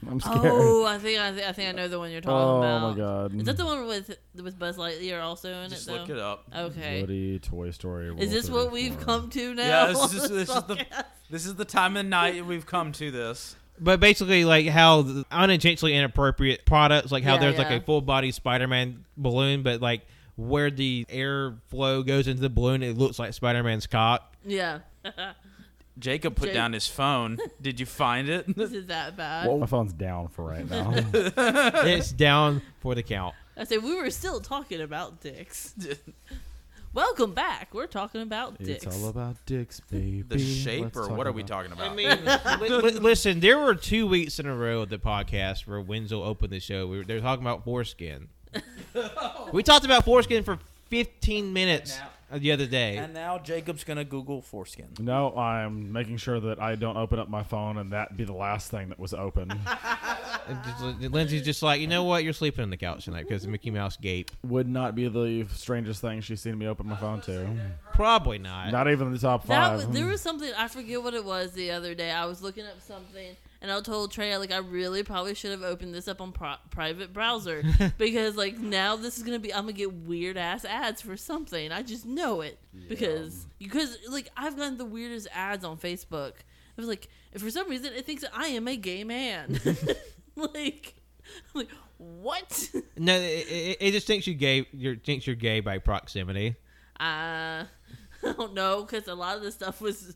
Speaker 5: I'm scared.
Speaker 6: Oh, I think I, think I think I know the one you're talking
Speaker 5: Oh,
Speaker 6: about.
Speaker 5: my God.
Speaker 6: Is that the one with with Buzz Lightyear also in
Speaker 4: Just
Speaker 6: it?
Speaker 4: look
Speaker 6: though?
Speaker 4: it up.
Speaker 6: Okay.
Speaker 5: Woody, Toy Story.
Speaker 6: Is this what we've come to now?
Speaker 4: Yeah,
Speaker 6: on
Speaker 4: this is, this is the
Speaker 6: podcast?
Speaker 4: this is the time of night we've come to this.
Speaker 1: But basically, like how the unintentionally inappropriate products, like how
Speaker 6: Yeah,
Speaker 1: there's
Speaker 6: yeah.
Speaker 1: like a full body Spider Man balloon, but like where the air flow goes into the balloon, it looks like Spider Man's cock.
Speaker 6: yeah.
Speaker 4: Jacob put
Speaker 6: Ja-
Speaker 4: down his phone. Did you find it?
Speaker 6: This is that bad.
Speaker 5: Well, my phone's down for right now.
Speaker 1: it's down for the count.
Speaker 6: I say we were still talking about dicks. Welcome back. We're talking about dicks.
Speaker 5: it's all about dicks, baby.
Speaker 4: The shape,
Speaker 5: Let's
Speaker 4: or
Speaker 5: talk
Speaker 4: what are we
Speaker 5: about-
Speaker 4: talking about?
Speaker 1: I mean, li- li- listen, there were two weeks in a row of the podcast where Wenzel opened the show. We were, they were talking about foreskin. we talked about foreskin for 15 minutes the other day.
Speaker 3: And now Jacob's gonna Google foreskin.
Speaker 5: No, I'm making sure that I don't open up my phone and that be the last thing that was open.
Speaker 1: And
Speaker 6: uh,
Speaker 1: just- Lindsay's just like, you know what? You're sleeping on the couch tonight because Mickey Mouse gape.
Speaker 5: Would not be the strangest thing she's seen me open my phone to.
Speaker 1: Probably not.
Speaker 5: Not even the top
Speaker 6: That
Speaker 5: five. hmm.
Speaker 6: was, there was something I forget what it was the other day. I was looking up something and I told Trey like I really probably should have opened this up on pro- private browser because like now this is gonna be I'm gonna get weird ass ads for something. I just know it because because like I've gotten the weirdest ads on Facebook. I was like, and for some reason, it thinks that I am a gay man. like, I'm like what?
Speaker 1: No, it, it, it just thinks you gay. You're, thinks you're gay by proximity.
Speaker 6: Uh, I don't know because a lot of the stuff was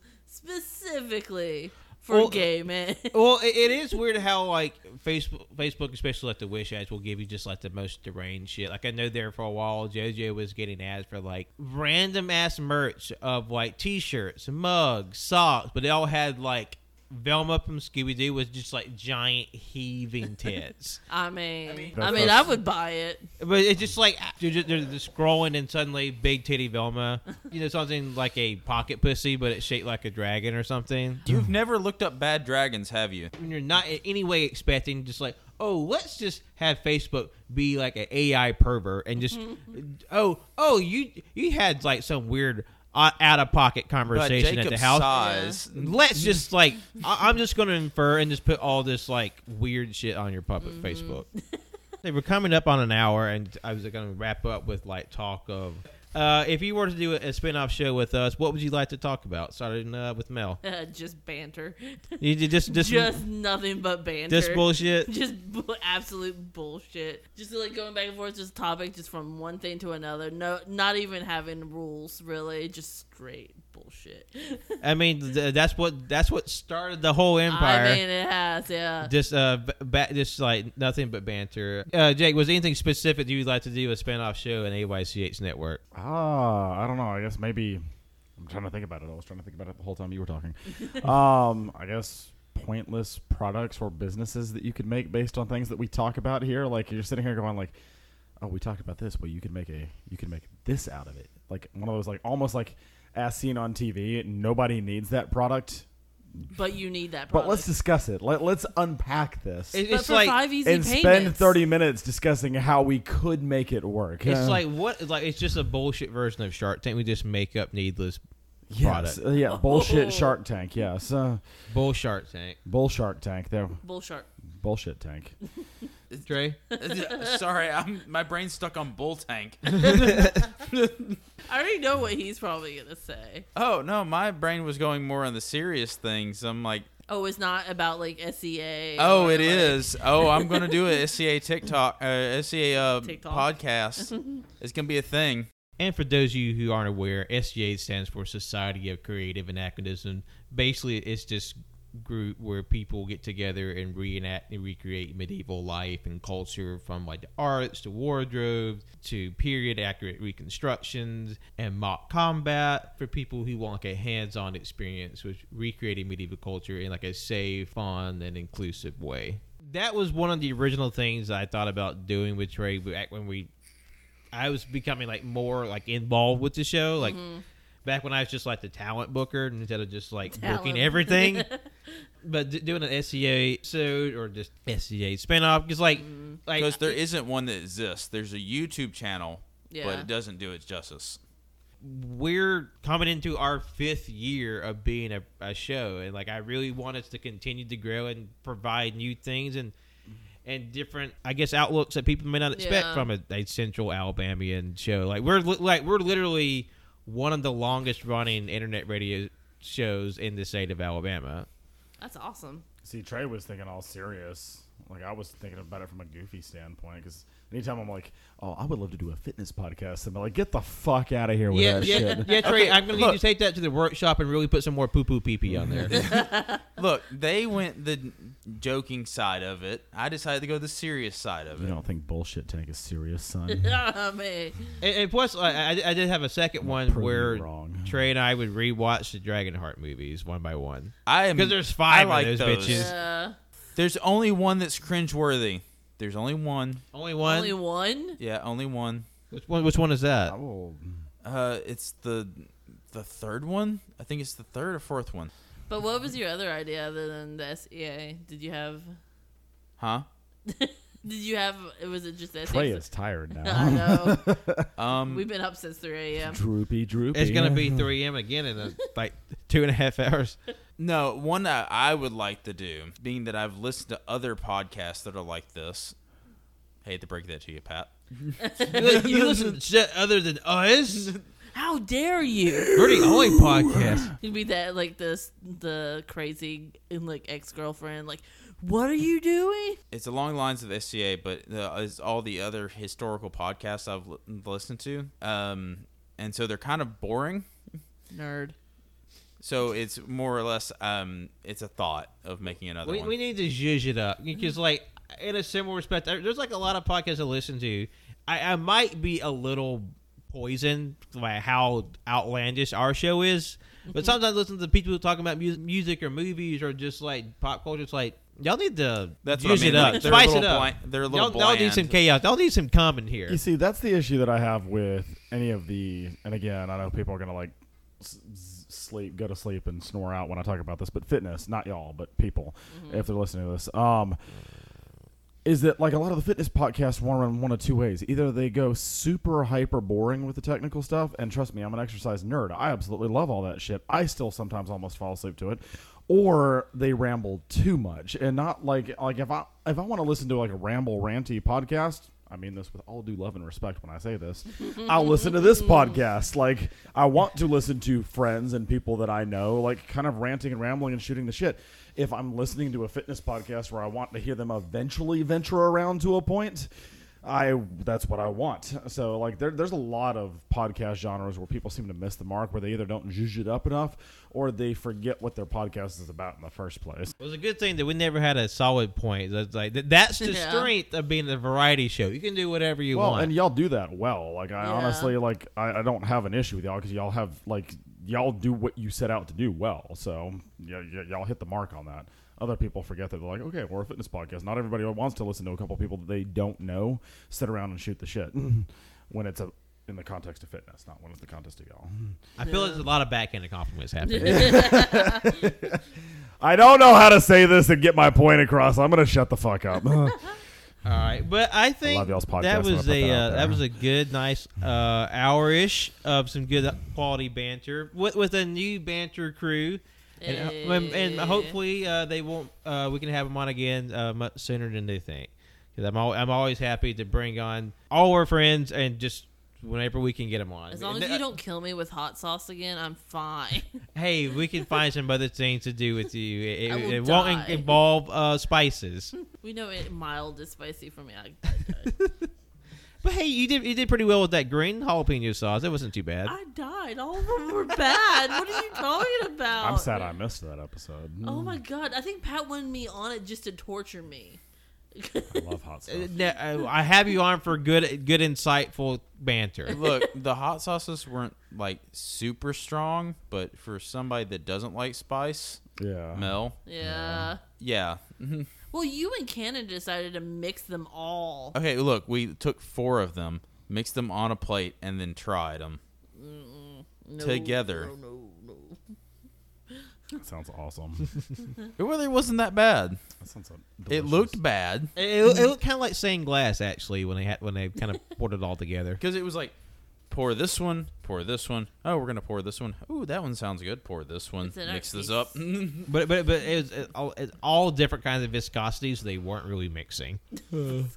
Speaker 6: specifically for
Speaker 1: Well,
Speaker 6: gay men.
Speaker 1: Well, it, it is weird how like Facebook, Facebook especially like the wish ads will give you just like the most deranged shit. Like I know there for a while, JoJo was getting ads for like random ass merch of like T-shirts, mugs, socks, but they all had like Velma from Scooby Doo was just like giant heaving tits.
Speaker 6: I mean, I mean, I,
Speaker 5: That's us.
Speaker 6: would buy it.
Speaker 1: But it's just like they're just, they're just scrolling and suddenly big titty Velma, you know, something like a pocket pussy, but it's shaped like a dragon or something.
Speaker 4: You've never looked up bad dragons, have you?
Speaker 1: When you're not in any way expecting, just like, oh, let's just have Facebook be like an AI pervert and just, oh, oh, you you had like some weird out of pocket
Speaker 4: But
Speaker 1: conversation at
Speaker 4: Jacob's
Speaker 1: the house.
Speaker 4: size.
Speaker 1: Let's just like, I- I'm just going to infer and just put all this like weird shit on your puppet Facebook. They were coming up on an hour, and I was going to wrap up with like talk of. Uh, if you were to do a spin-off show with us, what would you like to talk about? Starting uh, with Mel,
Speaker 6: just banter.
Speaker 1: you you just just
Speaker 6: just nothing but banter.
Speaker 1: just bullshit.
Speaker 6: Just bu- absolute bullshit. Just like going back and forth, just topic, just from one thing to another. No, not even having rules, really. Just straight bullshit.
Speaker 1: I mean, th- that's what that's what started the whole empire.
Speaker 6: I mean, it has, yeah.
Speaker 1: just uh, b- ba- just like nothing but banter. Uh, Jake, was there anything specific you'd like to do a spin-off show in AYCH Network?
Speaker 5: Ah, I don't know. I guess maybe I'm trying to think about it. I was trying to think about it the whole time you were talking. um, I guess pointless products or businesses that you could make based on things that we talk about here. Like you're sitting here going like, "Oh, we talked about this, but you could make a you could make this out of it." Like one of those like almost like as seen on TV. Nobody needs that product,
Speaker 6: But you need that. Product.
Speaker 5: but let's discuss it. Let, let's unpack this.
Speaker 1: It-
Speaker 6: But
Speaker 1: it's
Speaker 6: for
Speaker 1: like
Speaker 6: five easy
Speaker 5: and
Speaker 6: payments,
Speaker 5: spend 30 minutes discussing how we could make it work.
Speaker 1: It's
Speaker 5: Uh,
Speaker 1: like what? Like it's just a bullshit version of Shark Tank. We just make up needless
Speaker 5: yes,
Speaker 1: product.
Speaker 5: uh, yeah, bullshit
Speaker 6: Oh.
Speaker 5: Shark Tank. Yes. Uh,
Speaker 1: Bull Shark Tank.
Speaker 5: Bull Shark Tank. There,
Speaker 6: Bull shark.
Speaker 5: bullshit tank.
Speaker 1: Dre,
Speaker 4: Sorry, I'm my brain's stuck on bull tank.
Speaker 6: I already know what he's probably gonna say.
Speaker 4: Oh no, my brain was going more on the serious things. I'm like,
Speaker 6: Oh, it's not about like SEA.
Speaker 4: oh,
Speaker 6: or,
Speaker 4: it
Speaker 6: like-
Speaker 4: is. Oh, I'm gonna do a SCA TikTok, uh, SCA uh,
Speaker 6: TikTok.
Speaker 4: podcast. It's gonna be a thing.
Speaker 1: and for those of you who aren't aware, SGA stands for Society of Creative Anachronism. Basically, it's this group where people get together and reenact and recreate medieval life and culture from like the arts to wardrobes to period accurate reconstructions and mock combat for people who want like a hands-on experience with recreating medieval culture in like a safe, fun, and inclusive way. That was one of the original things I thought about doing with Trey back when we I was becoming like more like involved with the show, like back when I was just like the talent booker instead of just like
Speaker 6: Talent.
Speaker 1: booking everything. but d- doing an SEA episode or just SEA spinoff, because like, like
Speaker 4: Because there isn't one that exists. There's a YouTube channel,
Speaker 6: Yeah.
Speaker 4: but it doesn't do its justice.
Speaker 1: we're coming into our fifth year of being a, a show, and like I really want us to continue to grow and provide new things and and different, I guess, outlooks that people may not expect
Speaker 6: Yeah.
Speaker 1: from a, a central Alabamian show. Like we're li- like we're literally one of the longest running internet radio shows in the state of Alabama.
Speaker 6: That's awesome.
Speaker 5: See, Trey was thinking all serious. Like I was thinking about it from a goofy standpoint because anytime I'm like, "Oh, I would love to do a fitness podcast," I'm like, "Get the fuck out of here with
Speaker 1: Yeah,
Speaker 5: that
Speaker 1: yeah,
Speaker 5: shit."
Speaker 1: yeah, Trey. I'm gonna need you to
Speaker 4: look.
Speaker 1: take that to the workshop and really put some more poo poo pee pee on there.
Speaker 4: Look, they went the joking side of it. I decided to go the serious side of
Speaker 5: You
Speaker 4: it.
Speaker 5: don't think bullshit tank is serious, son?
Speaker 6: Ah, man.
Speaker 1: And, and plus, like, I, I did have a second one
Speaker 5: prove you
Speaker 1: where
Speaker 5: wrong.
Speaker 1: Trey and I would rewatch the Dragonheart movies one by one
Speaker 4: I am
Speaker 1: because there's five
Speaker 4: I like
Speaker 1: of those,
Speaker 4: those.
Speaker 1: bitches.
Speaker 6: Yeah.
Speaker 4: There's only one that's cringeworthy. There's only one.
Speaker 1: Only one.
Speaker 6: Only one.
Speaker 4: Yeah, only one.
Speaker 1: which one? Which one is that?
Speaker 5: I will.
Speaker 4: Uh, it's the the third one. I think it's the third or fourth one.
Speaker 6: But what was your other idea other than the SEA? Did you have?
Speaker 4: Huh?
Speaker 6: Did you have? Was it just the
Speaker 5: Trey
Speaker 6: SEA?
Speaker 5: is tired
Speaker 6: I
Speaker 5: now.
Speaker 6: know.
Speaker 4: Um,
Speaker 6: We've been up since 3 a.m.
Speaker 5: droopy, droopy.
Speaker 1: It's gonna be 3 a.m. again in uh, like two and a half hours.
Speaker 4: no, one that I would like to do, being that I've listened to other podcasts that are like this. Hate to break that to you, Pat.
Speaker 1: You, li- you listen to shit other than us.
Speaker 6: How dare you?
Speaker 1: We're the only podcast.
Speaker 6: You'd be that like this the crazy like ex girlfriend. Like, what are you doing?
Speaker 4: It's along the lines of SCA, but the, it's all the other historical podcasts I've l- listened to. Um, and so they're kind of boring.
Speaker 6: Nerd.
Speaker 4: So it's more or less, um, it's a thought of making another
Speaker 1: We,
Speaker 4: one.
Speaker 1: we need to zhuzh it
Speaker 4: Mm-hmm.
Speaker 1: up because, like, in a similar respect, there- there's like a lot of podcasts I listen to. I, I might be a little poisoned by how outlandish our show is,
Speaker 4: Mm-hmm.
Speaker 1: but sometimes I listen to people talking about mu- music or movies or just like pop culture. It's like y'all need to
Speaker 4: That's
Speaker 1: zhuzh
Speaker 4: what I
Speaker 1: it
Speaker 4: mean,
Speaker 1: up,
Speaker 4: like, they're a
Speaker 1: spice
Speaker 4: little
Speaker 1: it up.
Speaker 4: blind- they're a little
Speaker 1: y'all, y'all need
Speaker 4: bland.
Speaker 1: some chaos. Y'all need some common here.
Speaker 5: You see, that's the issue that I have with any of the. And again, I know people are gonna like s- s- sleep, go to sleep, and snore out when I talk about this. But fitness, not y'all, but people, if they're listening to this, um, is that like a lot of the fitness podcasts want to run one of two ways. Either they go super hyper boring with the technical stuff, and trust me, I'm an exercise nerd. I absolutely love all that shit. I still sometimes almost fall asleep to it. or they ramble too much and not like like if I if I want to listen to like a ramble ranty podcast. I mean this with all due love and respect when I say this. I'll listen to this podcast. Like I want to listen to friends and people that I know, like kind of ranting and rambling and shooting the shit. If I'm listening to a fitness podcast where I want to hear them eventually venture around to a point, I that's what I want. So like there, there's a lot of podcast genres where people seem to miss the mark, where they either don't zhuzh it up enough or they forget what their podcast is about in the first place.
Speaker 1: It was a good thing that we never had a solid point. That's like th- that's the
Speaker 6: Yeah.
Speaker 1: strength of being a variety show. You can do whatever you
Speaker 5: Well,
Speaker 1: want.
Speaker 5: and y'all do that well. Like I
Speaker 6: Yeah.
Speaker 5: honestly like I, I don't have an issue with y'all because y'all have like y'all do what you set out to do well. So yeah, y- y'all hit the mark on that. Other people forget that they're like, okay, we're a fitness podcast. Not everybody wants to listen to a couple people that they don't know sit around and shoot the shit when it's a in the context of fitness, not when it's the context of y'all.
Speaker 1: I feel there's a lot of backhanded compliments happening.
Speaker 5: I don't know how to say this and get my point across. I'm gonna shut the fuck up.
Speaker 1: All right, but I think
Speaker 5: love y'all's podcast. I'm
Speaker 1: that
Speaker 5: gonna
Speaker 1: was
Speaker 5: put
Speaker 1: a
Speaker 5: that
Speaker 1: uh,
Speaker 5: out
Speaker 1: that
Speaker 5: there.
Speaker 1: was a good, nice uh, hour ish of some good uh, quality banter with, with a new banter crew, and uh, and, and
Speaker 6: Hey.
Speaker 1: hopefully uh, they won't. Uh, we can have them on again uh, much sooner than they think. Because I'm al- I'm always happy to bring on all our friends and just whenever we can get them on. uh,
Speaker 6: As long as you don't kill me with hot sauce again, I'm fine.
Speaker 1: hey, we can find some other things to do with you. It,
Speaker 6: I will
Speaker 1: it won't in-
Speaker 6: die.
Speaker 1: involve uh, spices.
Speaker 6: we know it mild is spicy for me. I,
Speaker 1: But hey, you did you did pretty well with that green jalapeno sauce. It wasn't too bad.
Speaker 6: I died. All of them were bad. What are you talking about?
Speaker 5: I'm sad I missed that episode.
Speaker 6: Oh my god! I think Pat wanted me on it just to torture me.
Speaker 5: I love hot sauce.
Speaker 1: Uh, no, uh, I have you on for good, good, insightful banter.
Speaker 4: Look, the hot sauces weren't like super strong, but for somebody that doesn't like spice,
Speaker 1: Uh-huh.
Speaker 5: Yeah.
Speaker 4: Mel,
Speaker 6: Yeah.
Speaker 4: yeah. Mhm.
Speaker 6: Well, you and Canada decided to mix them all.
Speaker 4: Okay, look, we took four of them, mixed them on a plate, and then tried them.
Speaker 6: No,
Speaker 4: Together.
Speaker 6: No, no, no.
Speaker 5: sounds awesome.
Speaker 4: It really wasn't that bad.
Speaker 5: That sounds so
Speaker 4: It
Speaker 5: delicious.
Speaker 4: looked bad
Speaker 1: It, it, it looked kind of like stained glass actually when they had when they kind of poured it all together.
Speaker 4: because it was like, pour this one, pour this one. Oh, we're gonna pour this one. Ooh, that one sounds good. Pour this one.
Speaker 6: It's an art
Speaker 4: Mix this
Speaker 6: piece.
Speaker 4: up.
Speaker 1: But but but it was it, all, it, all different kinds of viscosities. They weren't really mixing.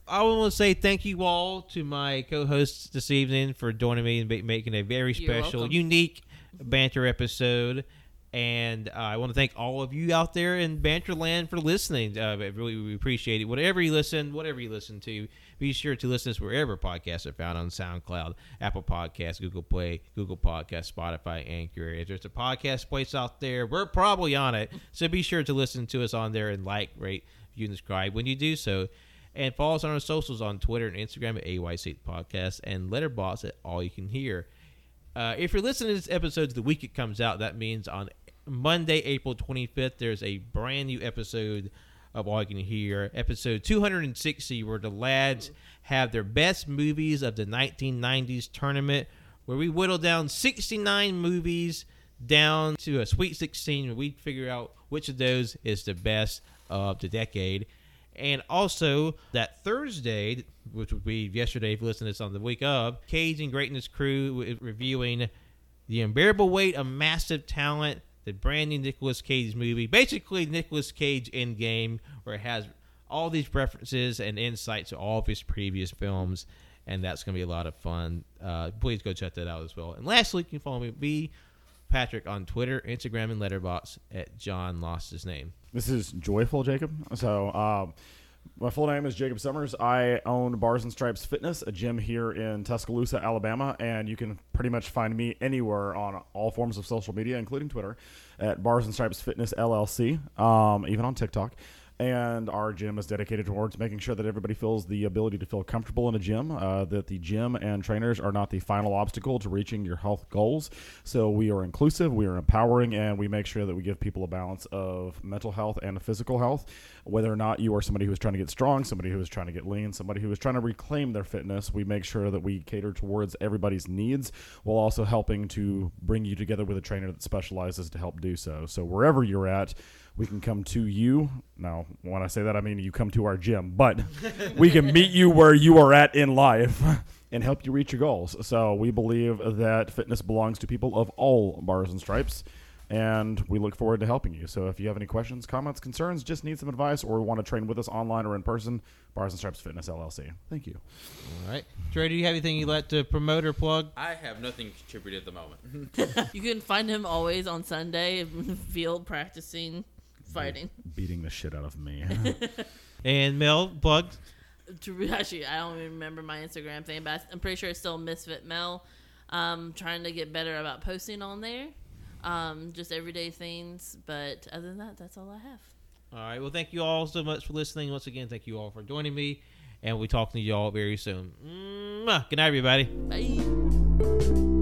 Speaker 1: I want to say thank you all to my co-hosts this evening for joining me and ma- making a very
Speaker 6: You're
Speaker 1: special,
Speaker 6: welcome.
Speaker 1: unique banter episode. And uh, I want to thank all of you out there in Banterland for listening. Uh, it really, we appreciate it. Whatever you listen, whatever you listen to, be sure to listen to us wherever podcasts are found on SoundCloud, Apple Podcasts, Google Play, Google Podcasts, Spotify, Anchor. If there's a podcast place out there, we're probably on it. So be sure to listen to us on there and like, rate, view, and subscribe when you do so. And follow us on our socials on Twitter and Instagram at AYC Podcast and Letterboxd at All You Can Hear. Uh, if you're listening to this episode the week it comes out, that means on Monday, April 25th, there's a brand new episode of All You Can Hear, episode 260, where the lads have their best movies of the 1990s tournament, where we whittle down 69 movies down to a Sweet 16, where we figure out which of those is the best of the decade. And also that Thursday, which would be yesterday if you listen to this on the week of, Cage and Greatness Crew is reviewing the unbearable weight of massive talent, the brand new Nicolas Cage movie, basically Nicolas Cage Endgame, where it has all these references and insights to all of his previous films. And that's going to be a lot of fun. Uh, please go check that out as well. And lastly, you can follow me, B. Patrick, on Twitter, Instagram, and Letterbox at John Lost His Name.
Speaker 5: This is Joyful Jacob. So, um, my full name is Jacob Summers. I own Bars and Stripes Fitness, a gym here in Tuscaloosa, Alabama, and you can pretty much find me anywhere on all forms of social media, including Twitter, at Bars and Stripes Fitness LLC, um, even on TikTok. And our gym is dedicated towards making sure that everybody feels the ability to feel comfortable in a gym, uh, that the gym and trainers are not the final obstacle to reaching your health goals. So we are inclusive, we are empowering, and we make sure that we give people a balance of mental health and physical health, whether or not you are somebody who is trying to get strong, somebody who is trying to get lean, somebody who is trying to reclaim their fitness. We make sure that we cater towards everybody's needs while also helping to bring you together with a trainer that specializes to help do so. So wherever you're at, we can come to you. Now, when I say that, I mean you come to our gym, but we can meet you where you are at in life and help you reach your goals. So we believe that fitness belongs to people of all bars and stripes. and we look forward to helping you. So if you have any questions, comments, concerns, just need some advice, or want to train with us online or in person, Bars and Stripes Fitness LLC. Thank you.
Speaker 1: All right. Trey, do you have anything you'd like to promote or plug?
Speaker 4: I have nothing to contribute at the moment.
Speaker 6: You can find him always on Sunday in the field practicing fighting.
Speaker 5: Beating the shit out of me.
Speaker 1: And Mel, plug.
Speaker 6: To- Actually, I don't even remember my Instagram thing, but I'm pretty sure it's still Misfit Mel. Um, trying to get better about posting on there. Um, just everyday things. But other than that, that's all I have.
Speaker 1: All right. Well, thank you all so much for listening. Once again, thank you all for joining me. And we'll be talking to you all very soon. Mwah. Good night, everybody.
Speaker 6: Bye.